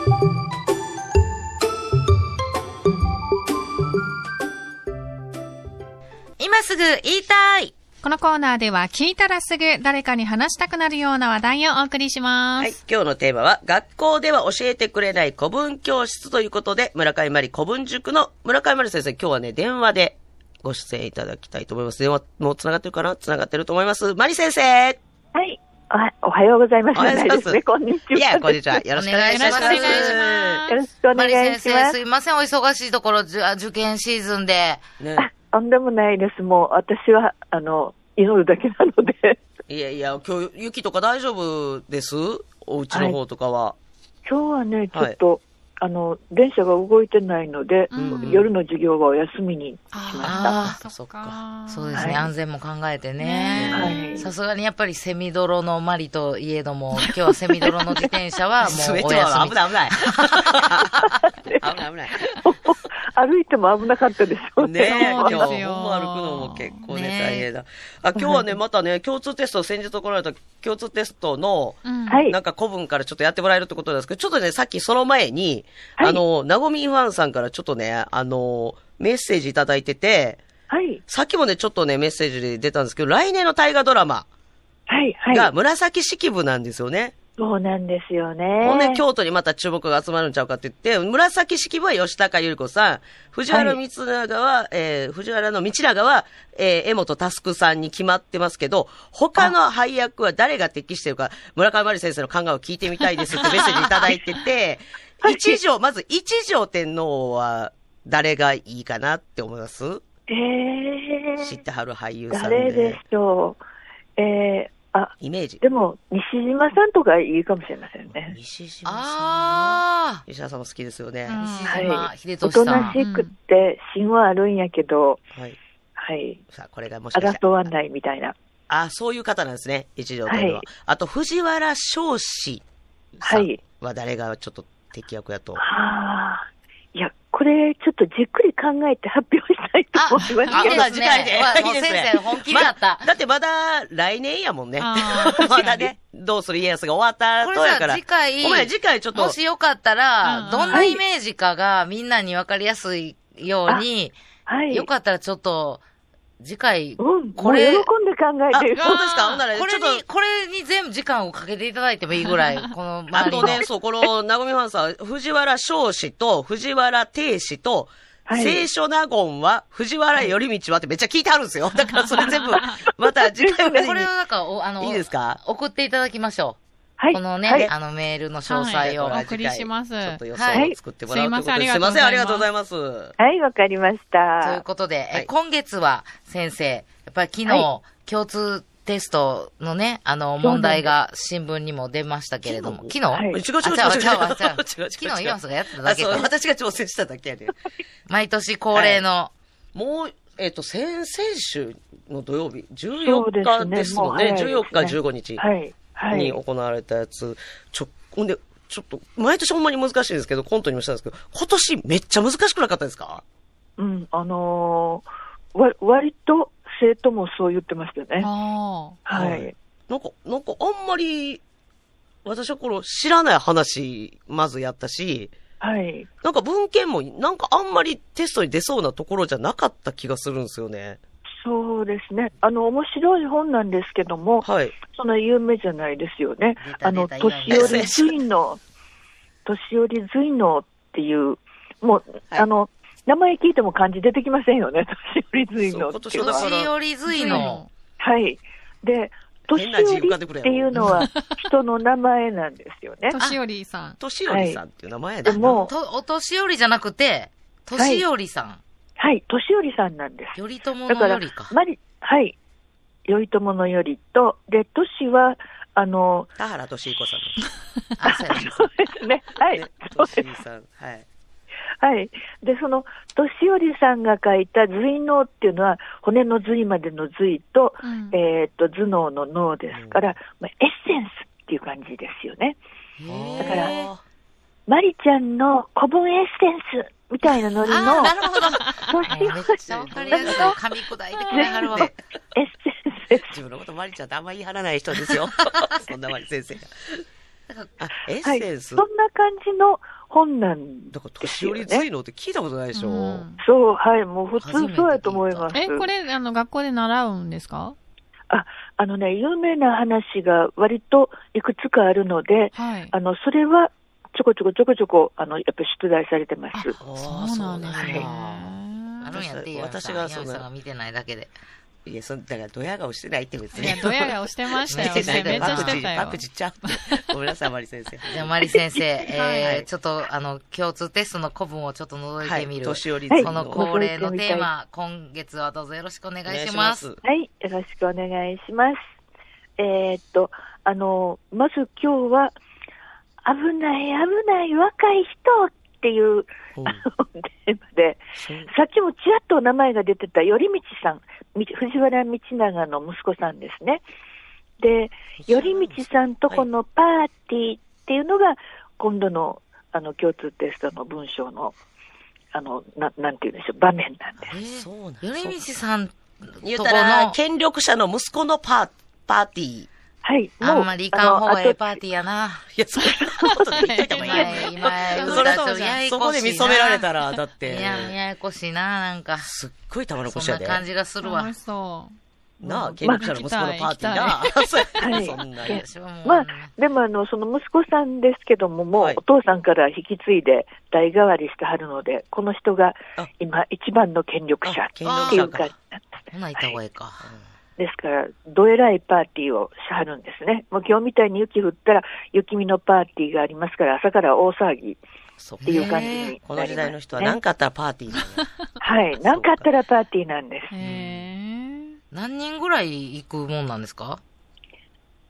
D: 今すぐ言いたい
E: このコーナーでは聞いたらすぐ誰かに話したくなるような話題をお送りします。
C: はい。今日のテーマは、学校では教えてくれない古文教室ということで、村上まり古文塾の村上まり先生、今日はね、電話でご出演いただきたいと思います。電話、もう繋がってるかな繋がってると思います。まり先生
F: はい。おはおはようございます。じゃないですね。 こんにちは。
C: いや、こんにちは。よろしくお願いします。
E: お願いしますお
F: よろしくお
D: マリ
F: 願い
D: 先
F: しま
D: 生、す
F: す。
D: いません、お忙しいところ、じゅあ受験シーズンで。
C: ね
F: あ、とんでもないです。もう、私は、あの、祈るだけなので、
C: いやいや、今日、雪とか大丈夫ですお家の方とかは。
F: 今日はね、ちょっと、あの、電車が動いてないので、
E: うん
F: 夜の授業はお休みに。
D: あ
E: ー
C: そっ
E: か
D: そうですね、
F: はい
D: 安全も考えてね。
F: はい
D: さすがにやっぱりセミドロのマリといえども、今日はセミドロの自転車はも
C: スウェッ
D: う
C: ト
D: お
C: は
D: 休
C: 危
D: み。
C: ない危ない。危ない危ない。
F: 歩いても危なかったでしょう
C: ねえ、
F: ね。
C: 今日、
E: そうなんですよ
C: ほんま歩くのも結構ね、
D: ねえ
C: 大変だ。あ、今日はね、またね、共通テスト、先日行われた共通テストの、
E: うん
F: はい
C: なんか古文からちょっとやってもらえるってことなんですけど、ちょっとね、さっきその前に、
F: はい
C: あの、なごみファンさんからちょっとね、あの、メッセージいただいてて、
F: はい。
C: さっきもね、ちょっとね、メッセージで出たんですけど、来年の大河ドラマ
F: はい、は
C: が
F: い。
C: 紫式部なんですよね。
F: そうなんですよね。
C: ほんで、京都にまた注目が集まるんちゃうかって言って、紫式部は吉高由里子さん、藤原道長は、えー藤原の道長は、えー、江本佑さんに決まってますけど、他の配役は誰が適してるか、村上真理先生の考えを聞いてみたい ですってメッセージいただいてて、一条、まず一条天皇は誰がいいかなって思います
F: えー
C: 知ってはる俳優さん
F: 誰で
C: で。
F: しょう。えー、あ、
C: イメージ。
F: でも、西島さんとかいいかもしれませんね。
C: 西島さん。
D: ああ
C: 吉田さんも好きですよね。
E: うん
D: 石島
F: はい
D: 秀
F: お
D: 俊さ
F: と
D: ん。
F: なしくって、芯はあるんやけど、
C: はい。
F: はい。
C: さあ、これがもしかしたら。
F: 争わないみたいな。
C: あ、そういう方なんですね、一条というのは。
F: はい
C: あと、藤原彰子さ
F: は
C: ん
F: い。
C: は誰がちょっと適役やと。
F: はあ。いや、これ、ちょっとじっくり考えて発表したいと思いま
C: あ
F: すけ
C: ほ
F: ど
C: ら、次回で。
D: わもう
C: いいですね
D: 先生本気だった
C: まだってまだ来年やもんね。
E: あー
C: まだね、どうする家康が終わった
D: こ
C: と
D: れ
C: やか
D: さ、
C: ら。
D: 次回、
C: ごめん、次回ちょっと。
D: もしよかった
E: うんう
D: ら、
E: ん
D: どんなイメージかがみんなにわかりやすいように、
F: はい。
D: よかったらちょっと、次回、こ
F: うん、
D: こ
F: こ
D: れ
F: れ、喜んで考
C: あ、
F: えて
C: 本当で
F: る
C: す。かほんなら、ちょっと。
D: れに、これに全部時間をかけていただいてもいいぐら い、この
C: あ
D: 周り
C: と
D: の。
C: ね、そう、この、なごみファンさん、藤原彰子と、藤原定子と、
F: はい
C: 聖書納言は、藤原頼道はってめっちゃ聞いてあるんですよ。だからそれ全部、また次回まで
D: これを
C: に。
D: なんか、おあの、
C: いいですか
D: 送っていただきましょ
F: は
D: う。
F: い。
D: このね、
F: はい
D: あのメールの詳細を。
E: は
C: お
E: いお送りします
C: ちょっと予想を作ってもらうということ
E: は
C: で
E: い
C: す
E: す
C: い
E: い
C: ませ
E: ませ
C: ん、
E: ん
C: あ
E: あ
C: り
E: り
C: が
E: が
C: とう
E: と
C: ござ
E: うござ
C: い
E: い
C: ます。
F: はい、わかりま
D: と
F: し
D: いう
F: た。
D: ことで、
C: は
D: え
C: い
D: 今月は先生、やっぱり昨日、
F: は
D: 共通テストのね、あの、問題が新聞にも出ましたけれども、昨日
F: はい
C: 違う違う違う違う違う違う違う違う違
D: 違
C: う
D: う昨日イワンさんがやってただけ
C: あそう、
D: か。
C: 私が挑戦しただけやで。
D: 毎年恒例の、
C: もう、えっ、と、先々週の土曜日、
F: そう
C: 14
F: で
C: 日
F: すね
C: ですもんね。
F: もう早い
C: 14日、
F: ですね
C: 15日
F: はい。は
C: に
F: い。
C: 行われたやつ。ちょ、ほんで、ちょっと、毎年ほんまに難しいんですけど、コントにもしたんですけど、今年めっちゃ難しくなかったですか
F: うん、あのー、わ、割と生徒もそう言ってました ね。
E: あ。
F: は
C: はい
F: い。
C: なんか、なんかあんまり、私はこの知らない話、まずやったし、
F: はい。
C: なんか文献も、なんかあんまりテストに出そうなところじゃなかった気がするんですよね。
F: そうですね。あの、面白い本なんですけども、
C: はい。
F: そんな有名じゃないですよね
D: 出。た
F: あの、
D: 出た今
F: 年
D: ね
F: 寄り随 の、年寄り随のっていう、もう、
C: はい
F: あの、名前聞いても漢字出てきませんよね、年寄り随のってい
C: そう
F: う
C: 今年は
F: のは。
C: ら
D: 年寄り随の、
F: はい。で、年
C: 変な字
F: 寄
C: 浮
F: り
C: か
F: っ
C: んでくるやろ
F: ていうのは人の名前なんですよね
E: 年寄りさん。
C: 年寄りさんっていう名前や
F: で
C: ね。
F: も、
D: とお年寄りじゃなくて、年寄りさん、
F: はい、年寄りさんなんです。
D: 頼朝の
F: だから
D: よりか、。
F: マリ、はい、頼朝のよりと、で、年は、あの、
C: 田原俊彦さんの。
D: あ、そうやね
F: そうですね、はい
C: ね、
F: そうで
C: 俊
F: す
C: 彦さん。はい。
F: はい。で、その、年寄さんが書いた髄脳っていうのは、骨の髄までの髄と、
E: うん
F: えーっと、頭脳の脳ですから、まあ、エッセンスっていう感じですよね。
C: へー
F: だからマリちゃんの古文エッセンスみたいなノリ
D: あ
F: の
D: ー、なる ほど。
F: 年寄
D: もうめっちゃわかりやすい。噛み砕いてくれはるわ。
F: ねエッセンスです。
C: 自分のことマリちゃんってあんまり言い張らない人です よ。そんなマリ先生が。あ、エッ
F: はい。
C: センス。
F: そんな感じの本なん
C: だから
F: で
C: 年
F: す
C: 寄
F: よ
C: り
F: ね。
C: 強いのって聞いたことないでしょ。
E: うん
F: そう、はい。もう普通そうやと思います。
E: え、これ、あの、学校で習うんですか
F: あのね、有名な話が割といくつかあるので、
E: はい。
F: あの、それは、ちょこちょこちょこちょこ、あの、やっぱり出題されてます。
C: あー
E: そうなんですね。
D: あるんやって、岩井
C: 私
D: さん。
C: が
D: 岩井さ
C: そん
D: ん
C: な
D: が見てないだけで。
C: いや、そんだからドヤ顔してないって別
E: い
C: に。
E: や、ドヤ顔してましたよ。
C: 見てない
E: めっちゃ
C: パ
E: し
C: クチ
E: てた
C: ー、
E: よ。
C: パクチーちゃう。ごめんなさい、マリ先 生。
D: じゃあ、マリ先 生、
C: は
D: え
C: い
D: ー、ちょっと、あの、共通テストの古文をちょっと覗い
C: は
D: て
C: い、
D: みる。
C: 年寄り
F: はい
D: この
F: こ
D: 恒例のテーマ、今月はどうぞよろしくお願いします。。
F: はい。よろしくお願いします。えーっと、あの、まず今日は、危ない危ない若い人っていう
C: うん
F: あのテーマで、さっきもちらっとお名前が出てた頼道さん、み藤原道長の息子さんですね。で、頼道さんとこのパーティーっていうのが、今度のあの共通テストの文章の、あの、ななんていうんでしょう、場面なんです。
D: えー
C: そうなん
D: 頼道さんと
C: 言う
D: こ
C: たら、
D: の、
C: 権力者の息子のパー、パーティー。い
F: はい。
D: あんまりいかん方がええパー
F: テ
D: ティーやな。
C: や、そんなこと言っといた方
D: 今、
C: がいいよ。
D: 今、
C: それ
D: 歌うとやや
C: そこ
D: こ
C: で
D: し
C: 見
D: い
C: 染められ
D: な。
C: たら、だっ
D: い
C: て、
D: や、ややこしいな、なんか。
C: すっごい玉の
D: そ
C: 腰
D: んな
C: やで。
D: 感じがするわ
E: 楽し。そう。
C: なあ、権力者の息子のパーティーな。
F: たい
C: そうそんなんや
D: 私はもう
F: まあ、でもあの、その息子さんですけども、もう
C: はい
F: お父さんから引き継いで代替わりしてはるので、この人が
C: あ
F: 今一番の権力者
C: あ
F: っ
C: 権
D: 力者か
F: ていう感じなんです。
D: ほな、いた方がええか。
F: ですから、どえらいパーティーをしはるんですね。もう今日みたいに雪降ったら、雪見のパーティーがありますから、朝から大騒ぎ
C: そう
F: っていう感じになります、ね。
C: この時代の人は何かあったらパーティーだよ
F: はい。なんかあったらパーティーなんで
E: へ
F: す。
E: え。
D: 何人ぐらい行くもんなんですか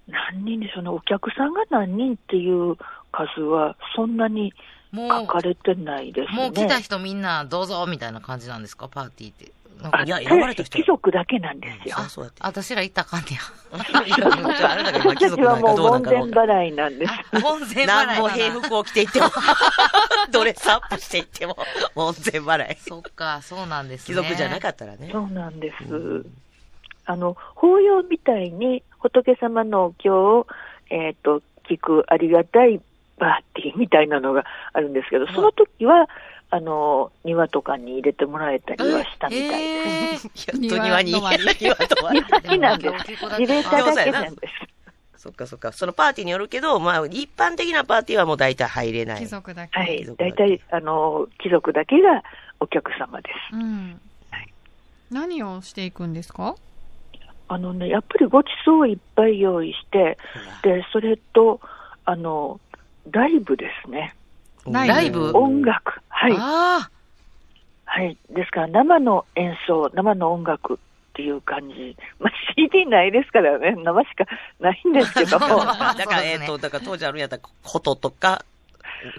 F: 何人でしょうね。お客さんが何人っていう数は、そんなに
D: もう、
F: 書かれてないですね。
D: もう来た人みんなどうぞみたいな感じなんですかパーティーって。なんか
F: あ
C: いや選ばれた人
F: 貴族だけなんですよ。
C: うんそうやって。
D: 私ら行ったらあかんねや。
C: じゃあ、あれだけど、
F: 私
C: 貴
F: た
C: 族
F: ち
C: な
F: は
C: んか
F: もう
C: どうなん
F: 門
C: かわか
F: 前
C: んない。
F: 払いなんです。
D: 本前払い
C: なんも
D: だ
C: 平
D: な。
C: 服を着ていっても。 ドレスアップしていっても、門前払い。
D: そっか、そうなんです
C: 貴
D: ね。
C: 族じゃなか
D: っ
C: ったらね。
F: そうなんです。
C: うん
F: あの、法要みたいに仏様のお経を、えっ、と、聞くありがたいパーティーみたいなのがあるんですけど、その時は、あの、庭とかに入れてもらえたりはしたみたいです。
D: えー
C: やっと庭に、
E: 庭止まり
C: 庭止まり。
F: 好きなんで
D: でもお聞きくださ
F: す。
D: い
F: 入れただけなんで す。
C: そっかそっか。そのパーティーによるけど、まあ、一般的なパーティーはもう大体入れない。
E: 貴族だけ。
F: は
C: 貴
F: い
C: 族。だ
F: 大
C: け
F: 体、あの、貴族だけがお客様です。
E: うん。何をしていくんですか
F: あのね、やっぱりごちそうをいっぱい用意して、で、それと、あの、ライブですね。
E: ライ
D: ブ
F: 音楽。はい。
D: あ
F: はい。ですから、生の演奏、生の音楽っていう感じ。まあ、CD ないですからね、生しかないんですけ ども。
D: そう
F: は
C: だから、
D: そう
C: え
D: です
C: っ、
D: ね
C: と、だから当時あるんやったら、こととか、
F: は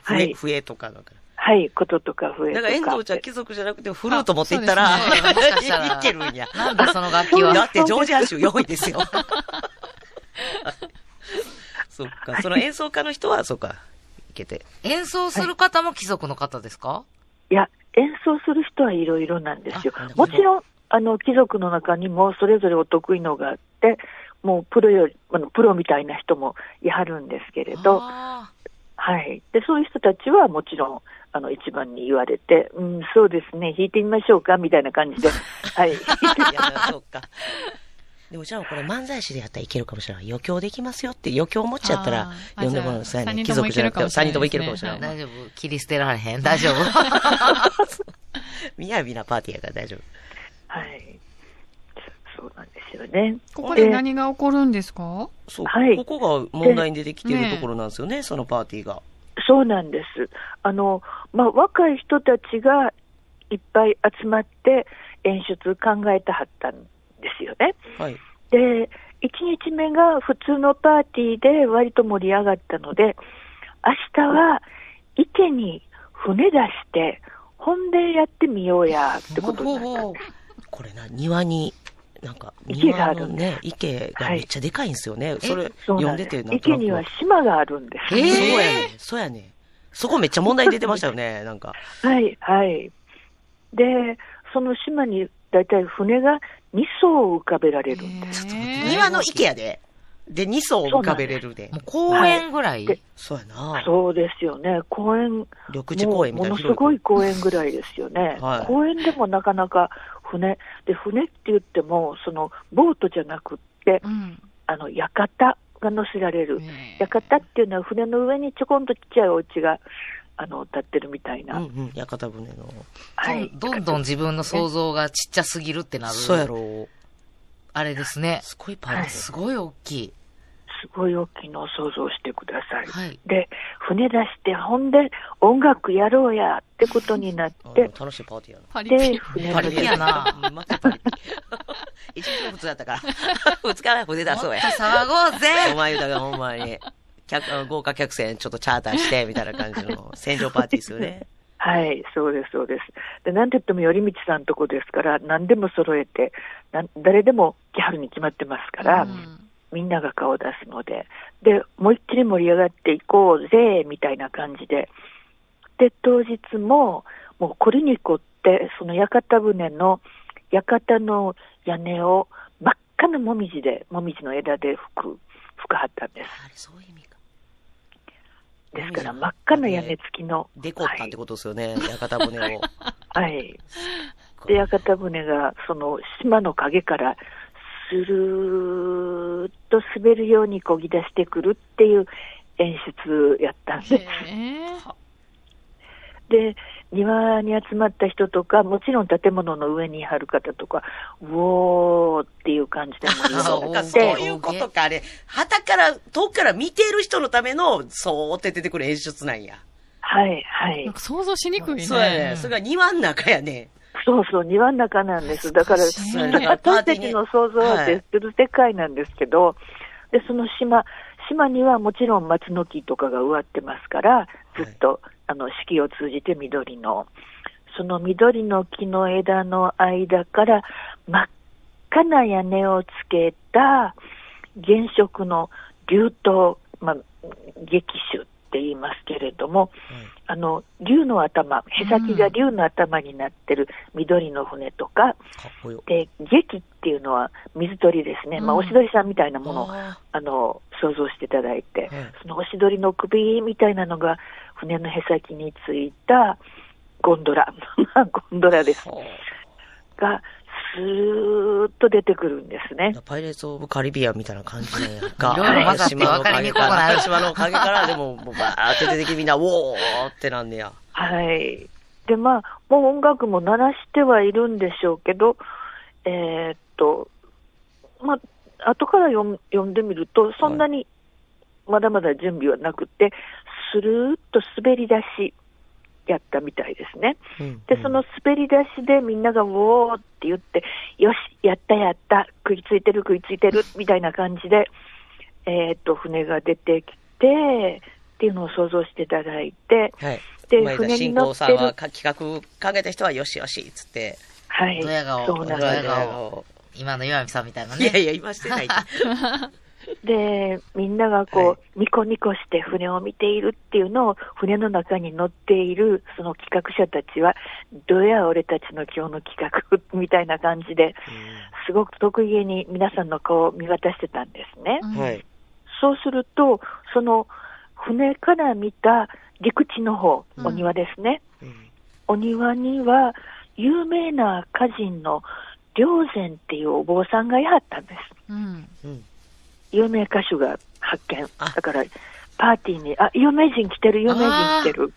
C: 笛、
F: い
C: 笛とかだから。
F: い。こととか笛
C: だ
F: とか。
C: から遠藤ちゃん貴族じゃなくてフルート持っていったら、
E: あ
D: そうですねもしかしたら
C: いけるんや。
D: あ、なんだその楽器
C: だ
D: は。
C: ってジョージア州4位ですよ。そっか、その演奏家の人は、そうか、いけて。
D: 演奏する方も貴族の方ですか
F: いや、演奏する人はいろいろなんですよ
C: あなる。ほ
F: も
C: ど
F: ちろん、あの、貴族の中にもそれぞれお得意のがあって、もうプロより、あのプロみたいな人もやはるんですけれど、
D: あ
F: はい。で、そういう人たちはもちろん、あの、一番に言われて、うん、そうですね、弾いてみましょうか、みたいな感じで、 はい。
C: いや、そうか。でもじゃあこれ漫才師でやったらいけるかもしれない。余興できますよって余興持っちゃったら、
E: あー
C: 呼んでもらう。
E: あ
C: そうやね。貴
E: じゃあ
C: 族じゃなくても、3人とも
E: 三人とも
C: い
E: い
C: け
E: け
C: るかも
E: るかも
C: し
E: し
C: れ
E: れ
C: な
E: ないい
D: ー
C: ね。
D: 大丈夫。切り捨てられへん。大丈夫。
C: みやびなパーティーやから大丈夫。
F: はい。そうなんですよね。
E: ここで何が起こるんですか
C: そう、
F: はい
C: ここが問題に出てきてるところなんですよね、そのパーティーが。
F: そうなんです。あの、まあ、若い人たちがいっぱい集まって演出考えてはったんですよね。
C: はい。
F: で、1日目が普通のパーティーで割と盛り上がったので、明日は池に船出して、本でやってみようや、ってことになったんです。
C: これな、庭に、なんか、
F: 池が
C: 庭
F: あ
C: の
F: るん
C: ね、池がめっちゃでかいんですよね。それ、
F: そう
C: 読
F: なん
C: んで
F: で
C: て、
F: す
C: なんとなく。
F: 池には島があるんです。
C: そう
D: えー
C: やね。そうやね。そこめっちゃ問題出てましたよ ね、なんか。
F: はい、はい。で、その島に大体船が2艘浮かべられるんです。
E: え
C: 庭の池やで。で、2層浮かべれるで
D: も。う公園ぐらい、
F: で
C: そうやな。
F: そうですよね。公園、
C: 緑地公園み
F: も
C: た
F: う
C: いな。
F: ものすごい公園ぐらいですよね
C: はい
F: 公園でもなかなか船、で、船って言っても、その、ボートじゃなくって、
E: うん。
F: あの、館が乗せられる。
E: ねえ
F: 館っていうのは船の上にちょこんとちっちゃいお家が、あの、立ってるみたいな。
C: うんうん、屋形船の。
F: はい。
D: どんどん自分の想像がちっちゃすぎるってなる。
C: そうやろ。
D: あれですね。
C: すごいパーティー。
D: すごい大きい。
F: すごい大きいのを想像してください。
D: はい。
F: で、船出して、ほんで、音楽やろうや、ってことになっ
C: あ
F: て、
C: 楽しいパーティーやな。
E: パリピ。
F: で、船
D: パ
F: 出
D: リ
F: し
D: ピやな。
C: うんまたパリピ。一日目普通だったから。 二日目は船出そうや。
D: 騒ごうぜ
C: お前だがほんまに。客、あの豪華客船ちょっとチャーターして、みたいな感じの戦場パーティーですよね。
F: はい、そうです、そうです。で、なんて言っても、頼道さんとこですから、何でも揃えて、なん誰でも来はるに決まってますから、
E: うん
F: みんなが顔を出すので、で、思いっきり盛り上がっていこうぜ、みたいな感じで。で、当日も、もうこれに凝って、その屋形船の、屋形の屋根を真っ赤なもみじで、もみじの枝で拭く、拭かはったんです。
C: あれ、そういう意味か。
F: ですから、真っ赤な屋根付きの。
C: デコったってことですよね、屋形船 を。
F: はい。で、屋形船が、その島の影から、スルーっと滑るように漕ぎ出してくるっていう演出やったんです。
E: へ え
F: で、庭に集まった人とか、もちろん建物の上に張る方とか、うおーっていう感じで盛り上
C: そう
F: が
C: か、
F: っ
C: そう
F: て、
C: いうことか、あれ。旗から、遠くから見ている人のための、そうって出てくる演出なんや。
F: はい、はい
E: なん。か想像しにくいね。
C: そうやね。それが庭の中やね。
F: そうそう、庭の中なんです。だから、
E: 懐
C: かしい
F: なんか私たちの想像は絶する世界なんですけど、で、その島、島にはもちろん松の木とかが植わってますから、ずっと、あの、四季を通じて緑の、その緑の木の枝の間から真っ赤な屋根をつけた原色の流灯、まあ、劇種っって言いますけれども、あの、竜の頭、へさきが竜の頭になってる緑の船とか、
C: かっこよ。
F: で、劇っていうのは水鳥ですね。ま
D: う
F: あ、
D: ん
F: おしどりさんみたいなものを、
C: あ
F: あの、想像していただいて、
C: ええ
F: そのおしどりの首みたいなのが船のへさきについたゴンドラ、 ゴンドラです
C: ー。は
F: が、スーッと出てくるんですね。
C: あパイレーツ・オブ・カリビアンみたいな感じなんやんか。
D: いろいろ混ざって
C: 島
D: 分
C: の陰か、
D: からりにくく
C: 島の陰から、でも、もうバーって出てきてみんな、ウォーってなんねや。
F: はい。で、まあ、もう音楽も鳴らしてはいるんでしょうけど、えーっと、まあ、後から読ん読んでみると、そんなにまだまだ準備はなくて、スルーっと滑り出しやったみたいですね。で、その滑り出しでみんながウォーって言って、よし、やったやった、食いついてる食いついてる、みたいな感じで、えーっと、船が出てきて、っていうのを想像していただいて、
C: はい。
F: で
C: 前田
F: 船に
C: 新
F: 乗
C: 行
F: って
C: さ
F: る
C: んはか企画かけた人はよしよしっつって、
F: はい。
D: ドヤ顔
F: そうな
D: ド
F: んで
D: ヤ
F: す。
D: 顔今の岩見さんみたいない
C: や
D: ね。
C: いや、今してないって。
F: で、みんながこう、
C: はい
F: ニコニコして船を見ているっていうのを、船の中に乗っている、その企画者たちは、どや俺たちの今日の企画みたいな感じで、すごく得意げに皆さんの顔を見渡してたんですね。
D: うん
C: はい。
F: そうすると、その船から見た陸地の方、
D: うん
F: お庭ですね。
C: うん
F: お庭には、有名な歌人の良善っていうお坊さんがいはったんです。
E: うん。
C: うん
F: 有名歌手が発見。
C: あ
F: だから、パーティーに、あ、有名人来てる、有名人来てる。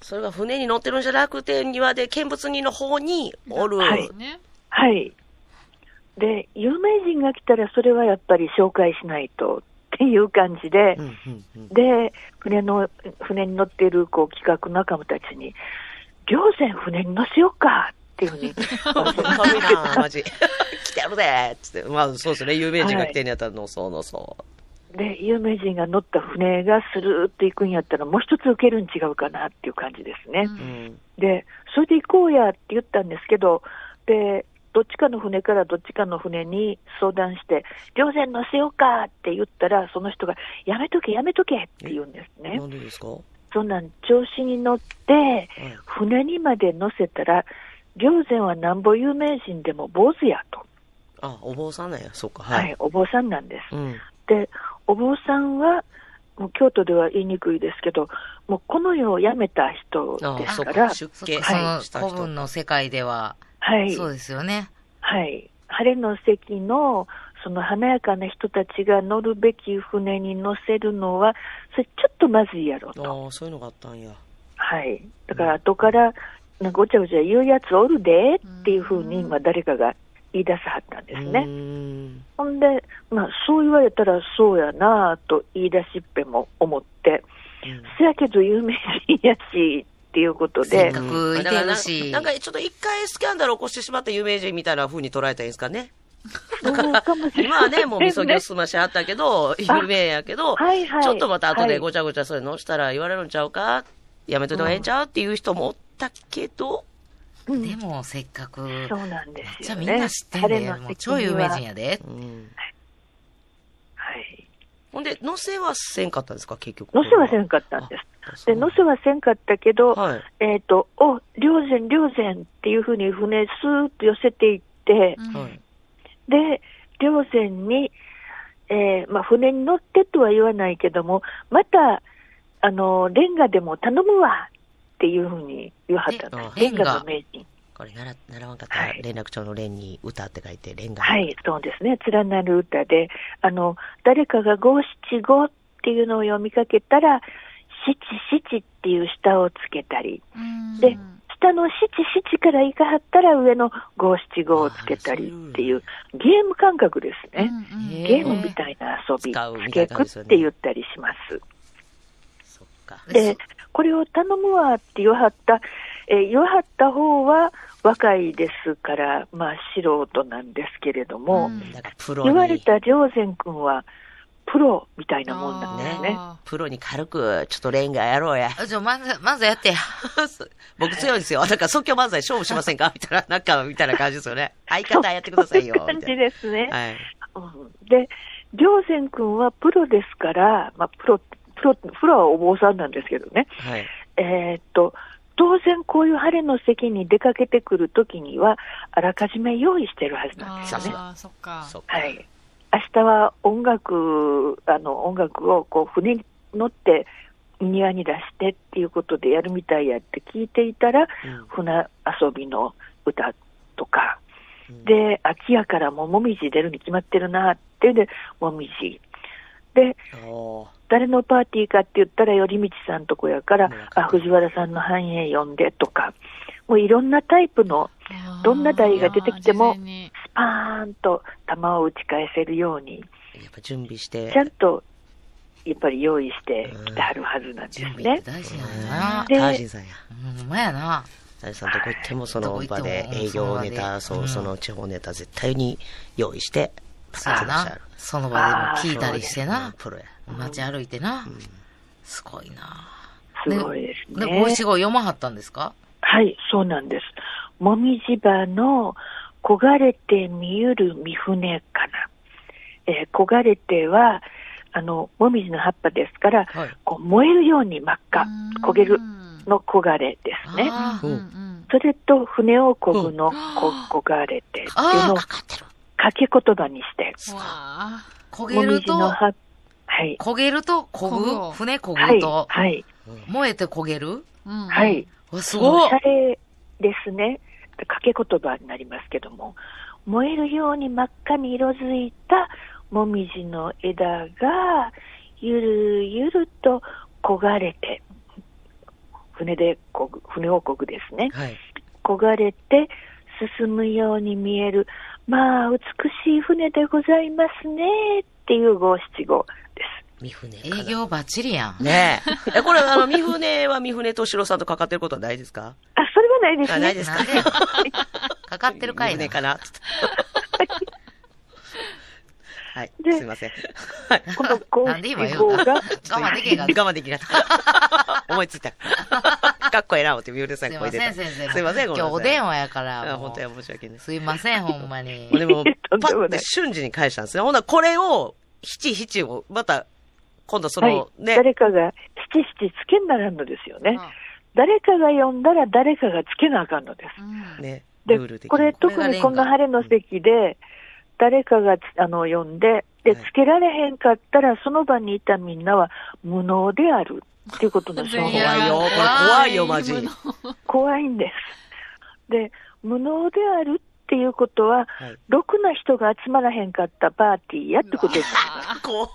C: それが船に乗ってるんじゃなくて、庭で見物人の方におる。
F: はい
E: ね。
F: はい。で、有名人が来たら、それはやっぱり紹介しないとっていう感じで
C: う、んうんうん
F: で、船の、船に乗っている、こう、企画仲間たちに、両船船に乗せようかっていうふう に。
C: 神な、マジ。来てるでつって。まあ、そうですね。有名人が来てんやったら、のそうのそ
F: で、有名人が乗った船がスルーっと行くんやったら、もう一つ受けるん違うかなっていう感じですね。
C: う。うん。
F: で、それで行こうやって言ったんですけど、で、どっちかの船からどっちかの船に相談して、両船乗せようかって言ったら、その人が、やめとけ、やめとけって言うんですね
C: な。んでですかは
F: そんなん調子に乗って、
C: い。
F: 船にまで乗せたら、両船はなんぼ有名人でも坊主やと。
C: あ、お坊さんなんや。そうか。
F: はい、
C: はい。
F: お坊さんなんです。
C: うん。
F: で、お坊さんは、もう京都では言いにくいですけど、もうこの世を辞めた人
C: あ
F: で
C: そ
F: す
C: う
F: か
C: か。
F: ら、
C: 出
D: そっ
C: 家
D: か
C: し
D: そ
C: た
D: の
C: 人。
D: 古文の世界では、
F: はい。
D: そうですよね。
F: はい。晴れの席の、その華やかな人たちが乗るべき船に乗せるのは、それちょっとまずいやろと。
C: ああ、そういうのがあったんや。
F: はい。だから後から、なんかごちゃごちゃ言うやつおるでっていうふうに、まあ誰かが言い出さはったんです
C: う
F: ね。
C: ーん。
F: ほんで、まあそう言われたらそうやなぁと言い出しっぺも思って、せやけど有名人やしっていうこと
D: せっ
F: で
D: か、くいてるし。
C: なんか、ちょっと一回スキャンダル起こしてしまった有名人みたいな風に捉えたらいいんですかね。
F: そうかもしれ
C: 今は
F: ない
C: ね、もうみそぎを済ましあったけど、有名やけど、
F: はいはい
C: ちょっとまた後で
F: はい
C: ごちゃごちゃそれ乗したら言われるんちゃうかやめといた方がええんちゃうっていう人もおったけど、
F: うん
D: でも、せっかく、
F: そうなんで
D: じ
F: す
D: ゃあ
F: よね。
D: みんな知ってん
F: 晴れ
D: で、
F: の
D: もう
F: 席
D: 超
F: に
D: 有
F: は
D: 名人やで。
C: うん
F: はい。
C: ほんで、乗せはせんかったんですか、結局。
F: 乗せはせんかったんです。で、乗せはせんかったけど、
C: はい。
F: えっ、と、お、両前両前っていうふうに船スーッと寄せていって、
C: はい。
F: で、両前に、えーまあ船に乗ってとは言わないけども、また、あの、レンガでも頼むわっていうふうに言わはったんです。
C: え
F: レンガの名人。
C: これ、なら、習わんかったら、
F: はい
C: 連絡帳の連に歌って書いて、連が。
F: はい、そうですね。連なる歌で、あの、誰かが五七五っていうのを読みかけたら、七七っていう下をつけたり、で、下の七七から行かはったら上の五七五をつけたりっていう、ゲーム感覚ですね。
C: へ
F: ゲームみたいな遊び、
C: 使うみ
F: つ
C: たい
F: け
C: な感
F: く
C: じですよ
F: っ
C: ね
F: て言ったりします。
C: そっか。
F: で、これを頼むわって言わはった、えー言わはった方は若いですから、まあ素人なんですけれども、
E: うん
C: だから、プロに。
F: 言われた良善くんは、プロみたいなもんなんですね。
E: あ
C: プロに軽く、ちょっとレンガやろ うや。
D: あじゃあ、まず、まずやってや。
C: 僕強いですよ。なんか即興漫才勝負しませんかみたいな、なんか、みたいな感じですよね。相方やってくださいよ。
F: そういう
C: み
F: 感
C: た
F: じ
C: いな。
F: ですね。
C: はい。
F: うんで、良善くんはプロですから、まあ、プロプロ、プロはお坊さんなんですけどね。
C: はい。
F: えーっと、当然こういう晴れの席に出かけてくるときには、あらかじめ用意してるはずなんですよね。
E: ああ、そっか。
C: そっか。
F: はい。明日は音楽、あの、音楽をこう船に乗って庭に出してっていうことでやるみたいやって聞いていたら、
C: うん
F: 船遊びの歌とか、
C: うん
F: で、秋やからももみじ出るに決まってるなっていうんで、もみじ。で、
C: あー
F: 誰のパーティーかって言ったら、寄り道さんとこやから
C: 村、上
F: あ、藤原さんの繁栄呼んでとか、もういろんなタイプのどんな台が出てきて
E: あ
F: も
E: ー事前に
F: スパーンと弾を打ち返せるように、
C: やっぱ準備して
F: ち。ゃんと、やっぱり用意してきてはるはずなんです
D: 準備っ
F: ね
D: て。大事なんやな
C: タ。
F: で
C: ージンさんや。
D: ほんまやな。
C: タージンさんどこ行ってもそ
D: ど
C: の
D: こ行っ
C: 場
D: ても
C: で営業ネタ、
D: そ
C: そ
D: の場でうん
C: う、その地方ネタ絶対に用意して、
D: そうや
C: 話し
D: な
C: る。
D: その場でも聞いたりしてな。
C: プロや。
D: 街歩いてな。すごいな。
F: すごいです
D: で、
F: ね。
D: 五七五読まはったんですか
F: はい、そうなんです。もみじ場の焦がれて見ゆる三船かな。えー焦がれては、あの、もみじの葉っぱですから、
C: はい。
F: こう燃えるように真っ赤、焦げるの焦がれですね。
D: あ
E: う
D: ー
E: ん
C: う
E: うんん。
F: それと、船をこぐの、こ、焦がれてっていう
D: あ
F: のを
D: ー、
F: 掛
D: かかってる。
F: け言葉にして、
E: うわあ。
D: 焦
F: も
D: げ
F: み
D: る
F: じの
D: と、
F: 葉、はい、
D: 焦げると、
E: こぐ
D: 焦ぐ、船
F: は
D: 焦ぐ
F: い、
D: と、
F: はい、
D: 燃えて焦げる
E: うん
F: はい。。
D: わ、す
F: お
D: ごい
F: しゃ。れですね。掛け言葉になりますけども、燃えるように真っ赤に色づいたもみじの枝が、ゆるゆると焦がれて、船でこぐ、船をこぐですね。
C: はい。
F: 焦がれて進むように見える、まあ、美しい船でございますね、っていう五七五です。
C: 三船かな
D: 営業バッチリやん。
C: ねえ。え、これ、あの、三船は三船敏郎さんとかかってることはないですか
F: あ、それはないです
C: あ
F: ね。
C: ないですか
D: なんでかかってるか
C: 三
D: いな
C: 船。かなつってはい。
F: です
C: いません。はい。
F: この五
D: なんで
F: 七
D: 今言う
F: 五
D: の
F: が、
D: 我慢できへんかっ
C: 我慢できなかった。思いついた。かっこええな、思って、三船さ
D: た。すい
C: ん声
D: ま
C: 出
D: せ
C: た。
D: ん、先生。
C: すいません、ご
D: 今日
C: めんなさい。
D: お電話やから。
C: あ
D: もう
C: 本当や、申し訳ないです。
D: すいません、ほんまに。
C: でも
F: と、ん
C: パ
F: でもない
C: ッて瞬時に返したんですね。ほな、これを、七七を、また、今度その、
F: はい、
C: ね、
F: 誰かが七七つけならんのですよね。誰かが呼んだら誰かがつけなあかんのです。
C: ね、
F: で
C: ルール的に。
F: これ
D: これが
F: 特
D: レン
F: に
D: ガ
F: こんな晴れの席で、誰かがつあの呼んで、で、
C: はい
F: つけられへんかったら、その場にいたみんなは無能であるっていう ことの証
E: 全
F: 拠
E: 員
F: が
C: 怖いよ、これ怖いよ、マジ。
E: 無能
F: 怖いんです。で、無能であるっていうこと
C: は
F: は、
C: い
F: ろくな人が集まらへんかったパーティーやってことです。
E: あ
C: こ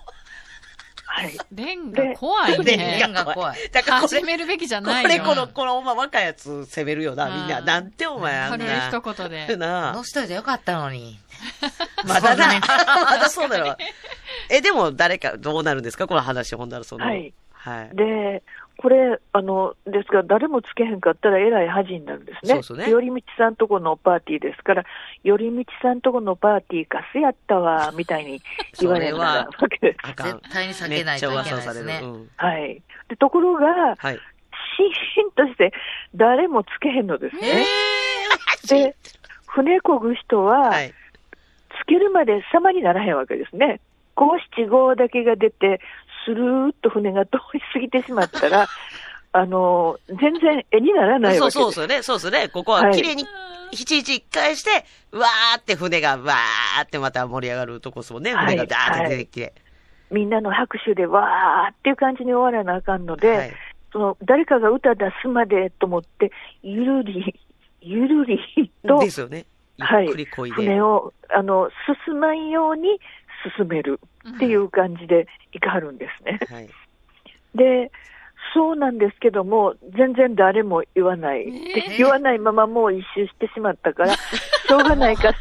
F: はい。
E: レンガ怖
C: う、
E: い
C: ね
E: ね。
D: が怖い。
C: だからこれ、
E: 始
C: こ
E: めるべきじゃないよ。
C: れ、この、この、お前、若いやつ攻めるよな、みんな。
E: うん
C: なんて、お前、あん
E: 軽い
C: な。
E: 一言で。
C: な
D: 乗しといてよかったのに。そ
C: まだ
D: う
C: な
D: だね。
C: まだそうだよ。え、でも、誰か、どうなるんですかこの話、ほんなら、その。
F: はい。
C: はい。
F: で、これ、あの、ですから、誰もつけへんかったら、えらい恥になるんですね。
C: そうそうね
F: 寄り道さんとこのパーティーですから、寄り道さんとこのパーティーかすやったわ、みたいに言われるわけです。
C: あかん
D: 絶。対に避
C: め
D: けな
C: っ
D: い
C: ちゃ
D: といけ
C: 噂
D: ない
C: さ
D: で
C: れ
D: す
C: る。
D: ね
C: う。ん
F: はい。で、ところが、
C: はい。
F: しーんとして、誰もつけへんのですね。で、船こぐ人は、
C: はい。
F: つけるまで様にならへんわけですね。五七五だけが出て、スルーっと船が通り過ぎてしまったら、 あの、全然絵にならない
C: そ
F: わけ
C: う
F: で
C: そう
F: す。
C: ですよね。そうですね。ここ
F: は
C: はい綺麗に、一日一回して、わーって船が、わーってまた盛り上がるとこですもんね。
F: はい
C: 船がダーって出てきて。
F: みんなの拍手でわーっていう感じに終わらなあかんので、
C: はい。
F: その誰かが歌出すまでと思って、ゆるり、 ゆるりと
C: ですよね。
F: は
C: ゆ
F: い
C: っくりこいで
F: 船。をあの進まんように進めるっていう感じでいかはるんですね。
C: はい。
F: で、そうなんですけども、全然誰も言わない。で言わないままもう一周してしまった から、しょうがないから、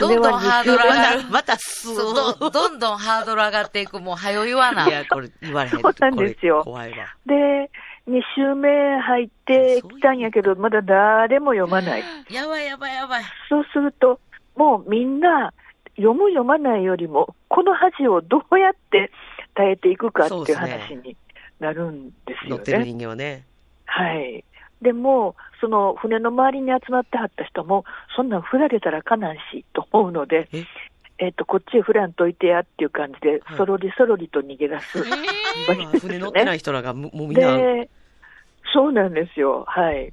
D: どんどん
F: 船は
D: ハー
F: 二周
D: ドル上がる
C: また、また、す
D: そうど
C: ご
D: どんどんハードル上がっていく、もう、はよ言わないい。
C: や、これ言われへん。
F: そうなんですよ
C: これ怖いわ。
F: で、2周目入ってきたんやけど、まだ誰も読まない。
D: やばいやばいやばい。
F: そうすると、もうみんな、読む読まないよりも、この恥をどうやって耐えていくかっていう話になるんです
C: 乗
F: よ
C: ってる
F: ね。
C: 人間はね。
F: はい。でも、その船の周りに集まってはった人も、そんなん振られたらかなんしと思うので
C: え、
F: えっ、と、こっちへフランといてやっていう感じで
C: はい、
F: そろりそろりと逃げ出す。
C: 今、船乗ってない人らが、 もうもうみんな、
F: で、そうなんですよ。はい。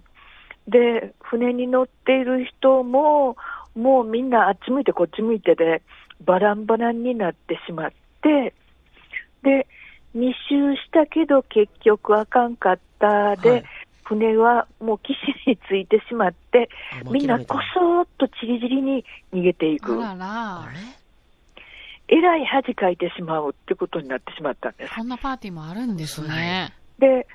F: で、船に乗っている人も、もうみんなあっち向いてこっち向いてで、バランバランになってしまって、で、2周したけど結局あかんかったで、
C: はい
F: 船はもう岸についてしまって
C: あ、もう
F: みんな
C: 諦めた
F: こそっとちりじりに逃げてい
E: あ
F: く。
E: らら
C: あ。れ
F: えらい恥かいてしまうってことになってしまったんです。
E: そんなパーティーもあるんですね。
F: で、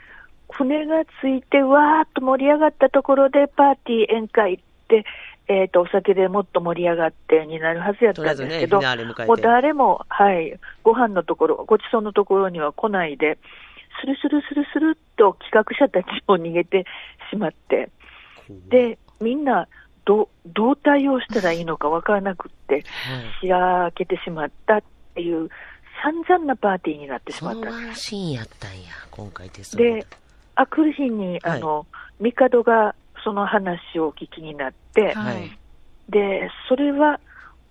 F: 船がついてわーっと盛り上がったところでパーティー宴会って、えっ、と、お酒でもっと盛り上がってになるはずやった
C: とりあえ
F: ん
C: ず
F: です
C: ね、
F: け
C: フィ
F: ど、
C: ナーレ迎えて。
F: もう誰も、はい、ご飯のところ、ごちそうのところには来ないで、スルスルスルスルっと企画者たちも逃げてしまって、で、みんな、ど、どう対応したらいいのかわからなくって、
C: はい、
F: しらけてしまったっていう、散々なパーティーになってしま
C: そ
F: ったん
C: の
F: です
C: ワンシーンやったんや、今回テスト
F: で、あくる日に、
C: はい
F: あの、帝がその話をお聞きになって、
C: は
E: はいい。
F: で、それは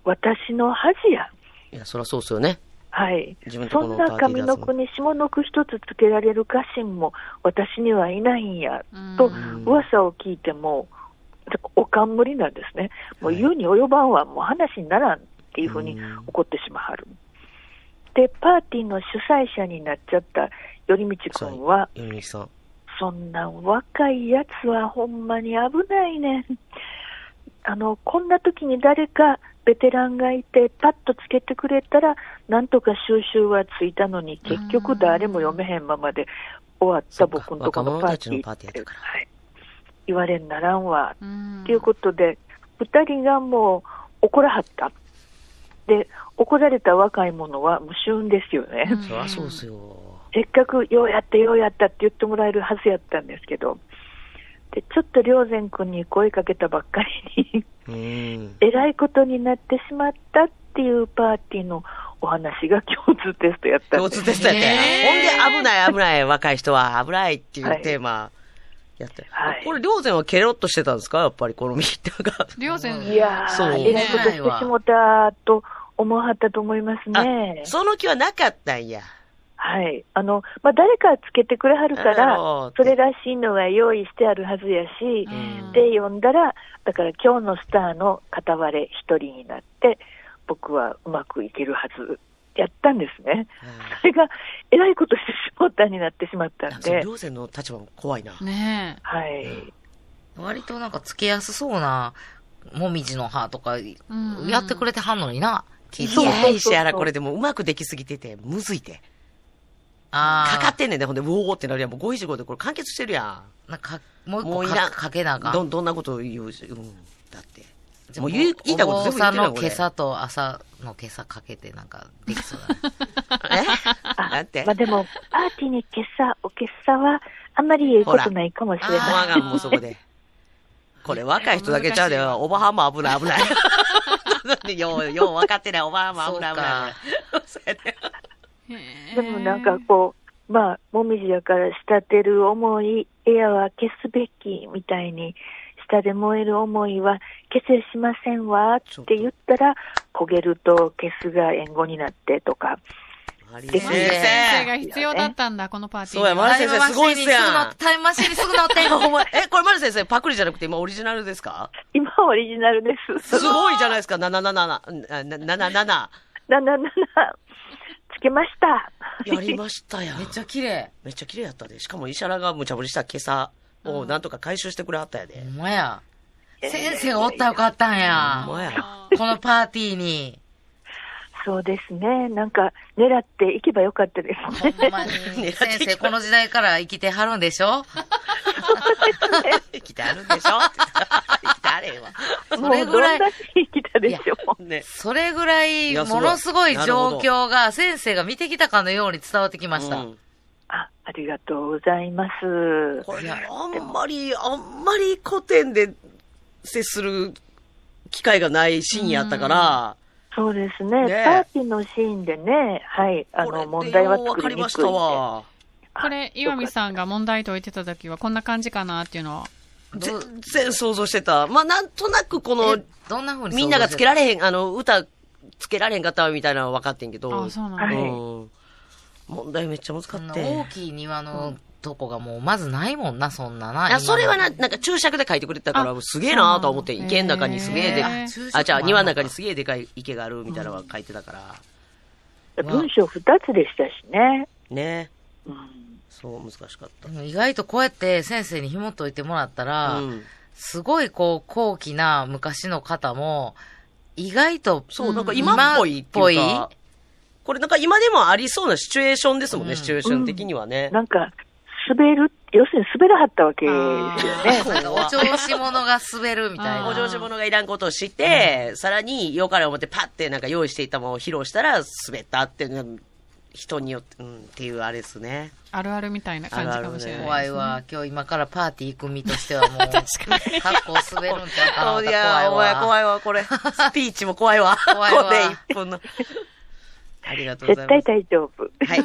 F: 私の恥や。
C: いや、そりゃそうっすよね。
F: はい
C: 自分の。とこ
F: そ
C: ろの
F: ん
C: パー
F: な
C: ティー
F: 上
C: だ
F: の国、下の句一つつけられる家臣も私にはいないんや、と
E: うん
F: 噂を聞いても、お冠なんですね。も
C: は
F: う
C: い
F: 言うに及ばんはもう話にならんっていうふうに
C: うん
F: 怒ってしまはる。で、パーティーの主催者になっちゃった頼道君は、
C: ヨミさん。
F: そんな若いやつはほんまに危ないねん。あの、こんな時に誰かベテランがいてパッとつけてくれたら、なんとか収集はついたのに、結局誰も読めへんままで終わった僕のとこのパ
C: そうか若者
F: ーティ
C: たちのパ
F: ー
C: ー
F: っ
C: ティ
F: て
C: ーやったから
F: はい、言われんならんわ、
E: うん
F: っていうことで、二人がもう怒らはった。で、怒られた若い者は無臭ですよね。
E: うん
C: そりゃそうっすよ。
F: せっかくようやったようやったって言ってもらえるはずやったんですけど、でちょっと良善君に声かけたばっかりに、
C: うん。
F: えらいことになってしまったっていうパーティーのお話が共通テストやったん
C: 共
F: です。
C: 通テストやったんや。
D: ねえ
C: ほんで、危ない、危ない、若い人は、危ないっていうテーマ、やって。
F: はい
C: これ、両前はケロッとしてたんですかやっぱり、このみんなが。
E: りょうせん
F: いや
C: そう
F: ー、えらいことしてしもたと思わはったと思いますね。
C: その気はなかったんや。
F: はい。あの、まあ、誰かつけてくれはるか
C: なる
F: ら
C: ほど、
F: それらしいのが用意してあるはずやし、
E: うん
F: で、読んだら、だから今日のスターの片割れ一人になって、僕はうまくいけるはず、やったんですね。それが、えらいことしてしまったになってしまった
C: なん
F: ん
C: かその
F: で、
C: 両前の立場も怖いな。
E: ねえ。
F: はい。
D: 割となんかつけやすそうな、もみじの葉とか、
E: ん
D: やってくれてはんのにな。聞いて
C: いや
F: そう
C: いしやら、これでもうまくできすぎてて、むずいて。
D: ああ。
C: かかってんねんね。ほんで、うおーってなるやん。もう5時5でこれ完結してるや
D: なんか、もう一
C: も
D: 個
C: うい
D: から
C: ん
D: かけなあかん。
C: ん。ど、どんなこと言うし、うん。だって。もう言う言いたいこと
D: お
C: 全部言っ
D: 坊さ
C: て
D: ん
C: るや
D: の
C: ん こ
D: 今
C: れ。
D: 朝と朝の今朝かけてなんかできそうだね。
C: えなんて
F: まあ、でも、パーティーに今朝、お今朝は、あんまり言うことないかもしれ
C: 思わ
F: な
C: がんもうそこで。これ若い人だけちゃうで、 おばはんも危ない危ない。 よう、よう分かってない、おばはんも危ない危ない。そうやね
F: い。でもなんかこう、まあ、もみじやから慕ってる思い、エアは消すべきみたいに、下で燃える思いは消せしませんわって言ったら、焦げると消すが援護になってとか、
C: マリー
F: で
C: 先
F: す
E: マリー先生が
C: 生。
E: 必要だったんだ、このパーティーに
C: そうや、マリー先生すごいっすやん。
D: タイムマシンにすぐ乗って。
C: ほんまえ、これマリー先生パクリじゃなくて今オリジナルですか
F: 今オリジナルです。
C: すごいじゃないですか、777、777。
F: 77、つけました。
C: やりましたやん。
D: めっちゃ綺麗。
C: めっちゃ綺麗やったで。しかも石原が無茶ぶりした今朝をなんとか回収してくれはったやで
D: ほ。んまや。先生がおったらよかったんや
C: ほん。まや。
D: このパーティーに。
F: そうですね。なんか、狙っていけばよかったです
D: ほ
F: ね。
D: んまに。先生、この時代から生きてはるんでしょ
C: 生きてあるんでしょって生きてあれへんわ。
D: それぐらい
F: もうどんだけ生きたでしょう。
C: ね。
D: それぐら
C: い
D: い、
C: やすごい
D: ものすごい状況が先生が見てきたかのように伝わってきました。
C: うん
F: あ、ありがとうございます。
C: これね、あんまり、あんまり古典で接する機会がないシーンやったから、
F: そうですね
C: ねえ
F: パーティーのシーンでね、はい、あ
C: これ
F: の、
C: で
F: 問題は
C: ようわ
F: 作
C: か
F: り
C: り
F: に
C: まし
F: くいん
C: た
F: で。
C: わ。
E: これ、岩見さんが問題解いてた時は、こんな感じかなっていうのを。
D: ど
C: 全然想像してた。まあ、なんとなくこの
D: え、どんな風に
C: みんながつけられへん、あの、歌つけられんかったわみたいなのは分かってんけど。
E: あそうなん
F: だ
C: うん問題めっちゃ難か
D: そ
C: っ
D: の
C: て。
D: 大きい庭のとこがもう、まずないもんな、そんなな。
C: あ、それは
D: な、
C: な、なんか注釈で書いてくれてたから、
E: あ
C: もうすげえなーと思って、
E: そうなんだ
C: 池の中にすげえで
E: へ
C: か
E: ーあ
D: 注釈もあるのか
C: あ、じゃあ庭の中にすげえでかい池があるみたいなのは書いてたから、
F: 文章二つでしたしね。
C: ね。
F: うん
C: そう、難しかった
D: で。も意外とこうやって先生に紐解いてもらったら、
C: うん
D: すごいこう、高貴な昔の方も、意外と、
C: そう、なんか今っぽいっていう
D: 今
C: か
D: っぽい、
C: これなんか今でもありそうなシチュエーションですもんね、
D: うん
C: シチュエーション的にはね。
F: なんか、滑る、要するに滑らはったわけですよね。
D: なんかお調子者が滑るみたい
E: あー
D: な。
C: お上司者がいらんことをして、さらに、よから思ってパッてなんか用意していたものを披露したら、滑ったっていうの人によって、うん、っていうあれですね。
E: あるあるみたいな感じかもしれないですね。
D: 怖いわ。今日今からパーティー行く身として はもう、格好滑るんちゃうかな思っ
C: い
D: たら
C: や、お前
D: 怖
C: 怖
D: いわ。
C: いわ、これ。スピーチも怖いわ。
D: 怖いわ
C: これ一分の。ありがとうござ
F: 絶
C: いま
F: 対
C: す。
F: 大丈夫。
C: はい。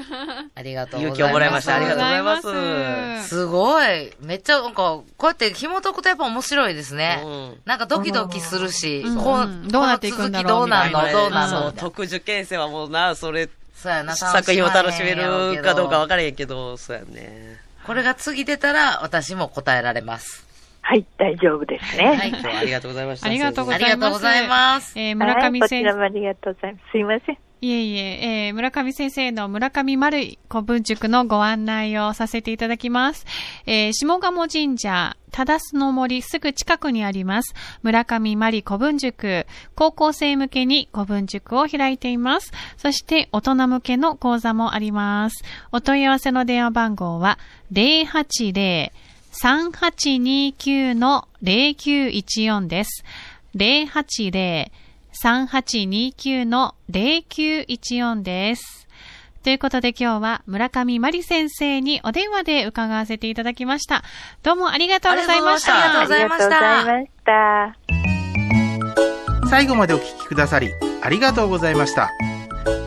D: ありがとうございま
C: 勇
D: す。
C: 気をもらいました。ありがとうございます。
E: ありがとうございます
D: すごい。めっちゃなんか、こうやって紐解くとやっぱ面白いですね。
C: うん
D: なんかドキドキするし、
E: うん
D: こ
E: うんどうなっていくんだろ
D: こ
E: う
D: の続きどうなん
E: みた
D: の
E: い
D: どうな
C: そ
D: の
C: う、特受験生はもうな、それ、
D: そうやな、
C: 作品を楽しめるかどうか
D: わ
C: 分からへんけど、そうやね。
D: これが次出たら私も答えられます。
F: はい、大丈夫ですね。
D: はい
C: 今日はありがとうございました。
E: ありがとうございます。
D: ありがとうございます
E: えー
F: はい
E: 村上
F: こ
E: 先
F: ちら
E: 生、
F: もありがとうございます。すいません。
E: いえいえ、えー村上先生の村上丸い古文塾のご案内をさせていただきます。えー下鴨神社、忠須の森すぐ近くにあります。村上丸い古文塾、高校生向けに古文塾を開いています。そして大人向けの講座もあります。お問い合わせの電話番号は080 3829-0914です。080-3829-0914です。ということで今日は村上真理先生にお電話で伺わせていただきました。どうもありがとうございました。
D: ありがとうございました
F: ありがとうございました。
B: 最後までお聞きくださりありがとうございました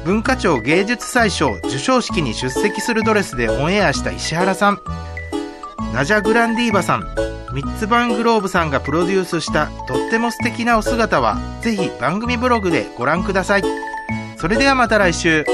B: 文化庁芸術祭賞授賞式に出席するドレスでオンエアした石原さんナジャ・グランディーバさんミッツ・バングローブさんがプロデュースしたとっても素敵なお姿はぜひ番組ブログでご覧くださいそれではまた来週